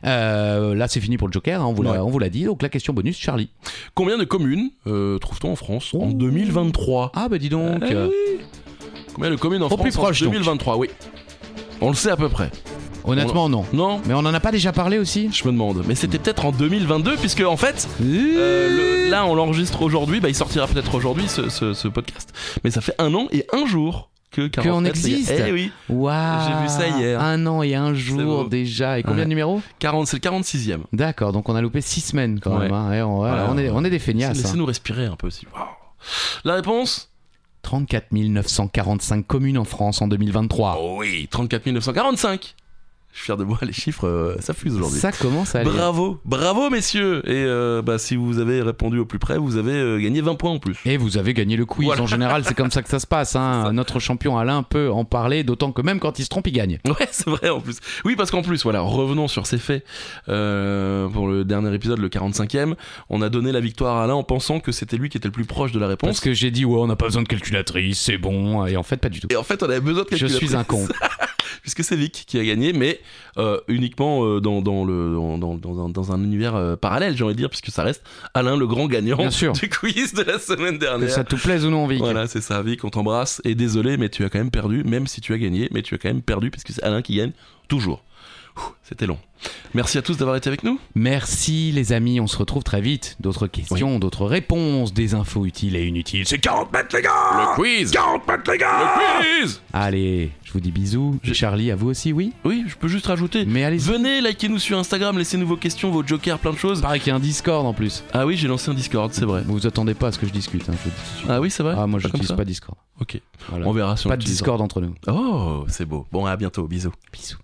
Speaker 3: Euh, là, c'est fini pour le Joker, hein, on vous l'a-
Speaker 1: Ouais.
Speaker 3: on vous l'a dit. Donc, la question bonus, Charlie.
Speaker 1: Combien de communes euh, trouve-t-on en France en
Speaker 3: Oh.
Speaker 1: 2023
Speaker 3: Ah, bah dis donc.
Speaker 1: Eh
Speaker 3: euh,
Speaker 1: oui. Combien de communes en
Speaker 3: Au
Speaker 1: France
Speaker 3: plus proche,
Speaker 1: en
Speaker 3: donc.
Speaker 1: 2023 Oui. On le sait à peu près.
Speaker 3: honnêtement, non.
Speaker 1: Non
Speaker 3: Mais on en a pas déjà parlé aussi
Speaker 1: Je me demande. Mais c'était peut-être en 2022, puisque en fait, euh, le- là on l'enregistre aujourd'hui, bah, il sortira peut-être aujourd'hui ce, ce- ce podcast. Mais ça fait un an et un jour que 49
Speaker 3: on existe.
Speaker 1: Eh oui
Speaker 3: Waouh
Speaker 1: J'ai vu ça hier.
Speaker 3: Un an et un jour
Speaker 1: beau.
Speaker 3: déjà. Et combien
Speaker 1: Ouais.
Speaker 3: de numéros
Speaker 1: 40, C'est le 46 e
Speaker 3: D'accord, donc on a loupé 6 semaines quand
Speaker 1: Ouais.
Speaker 3: même. hein. Et on, voilà,
Speaker 1: Ouais.
Speaker 3: on, est, on est des feignasses. hein.
Speaker 1: Laissez-nous respirer un peu aussi. Waouh. La réponse Ah
Speaker 3: hein. 34 945 communes en France en 2023.
Speaker 1: Oui, 34 945 Je suis fier de moi, les chiffres, euh, ça fuse aujourd'hui.
Speaker 3: Ça commence à aller.
Speaker 1: Bravo, bravo messieurs Et euh, bah, si vous avez répondu au plus près, vous avez euh, gagné 20 points en plus.
Speaker 3: Et vous avez gagné le quiz.
Speaker 1: Voilà.
Speaker 3: En général, c'est comme ça que ça se passe. hein. Notre champion Alain peut en parler, d'autant que même quand il se trompe, il gagne.
Speaker 1: Ouais, c'est vrai en plus. Oui, parce qu'en plus, voilà, revenons sur ces faits. Euh, pour le dernier épisode, le 45e, on a donné la victoire à Alain en pensant que c'était lui qui était le plus proche de la réponse.
Speaker 3: Parce que j'ai dit, ouais, on n'a pas besoin de calculatrice, c'est bon. Et en fait, pas du tout.
Speaker 1: Et en fait, on avait besoin de
Speaker 3: Je
Speaker 1: calculatrice.
Speaker 3: suis un con.
Speaker 1: Puisque c'est Vic qui a gagné, mais euh, uniquement euh, dans, dans le, dans, dans- dans un, dans un univers euh, parallèle, j'ai envie de dire, puisque ça reste Alain le grand gagnant
Speaker 3: Bien sûr.
Speaker 1: du quiz de la semaine
Speaker 3: Que
Speaker 1: dernière.
Speaker 3: ça te plaise ou non, Vic.
Speaker 1: Voilà, c'est ça, Vic, on t'embrasse. Et désolé, mais tu as quand même perdu, même si tu as gagné, mais tu as quand même perdu, puisque c'est Alain qui gagne toujours. Ouh, C'était long. Merci à tous d'avoir été avec nous.
Speaker 3: Merci, les amis. On se retrouve très vite. D'autres questions, d'autres réponses, des infos utiles et inutiles. C'est 40 mètres, les gars
Speaker 2: Le quiz.
Speaker 3: 40 mètres, les gars
Speaker 1: Ah
Speaker 2: Le quiz.
Speaker 3: Allez, je vous dis bisous.
Speaker 1: Je-
Speaker 3: Charlie, à vous aussi, oui
Speaker 1: Oui, je peux juste rajouter.
Speaker 3: Mais allez-y.
Speaker 1: Venez, likez-nous sur Instagram, laissez-nous vos questions, vos jokers, plein de choses.
Speaker 3: Pareil qu'il y a un Discord en plus.
Speaker 1: Ah oui, j'ai lancé un Discord, c'est vrai.
Speaker 3: Vous vous attendez pas à ce que je discute. hein, je vous dis tout de suite.
Speaker 1: Ah oui, c'est vrai.
Speaker 3: Ah, moi,
Speaker 1: Pas
Speaker 3: je
Speaker 1: comme
Speaker 3: n'utilise
Speaker 1: ça
Speaker 3: pas Discord.
Speaker 1: Ok.
Speaker 3: Voilà.
Speaker 1: On verra sur
Speaker 3: Pas de Discord entre nous.
Speaker 1: Oh, c'est beau. Bon, à bientôt. Bisous.
Speaker 3: Bisous.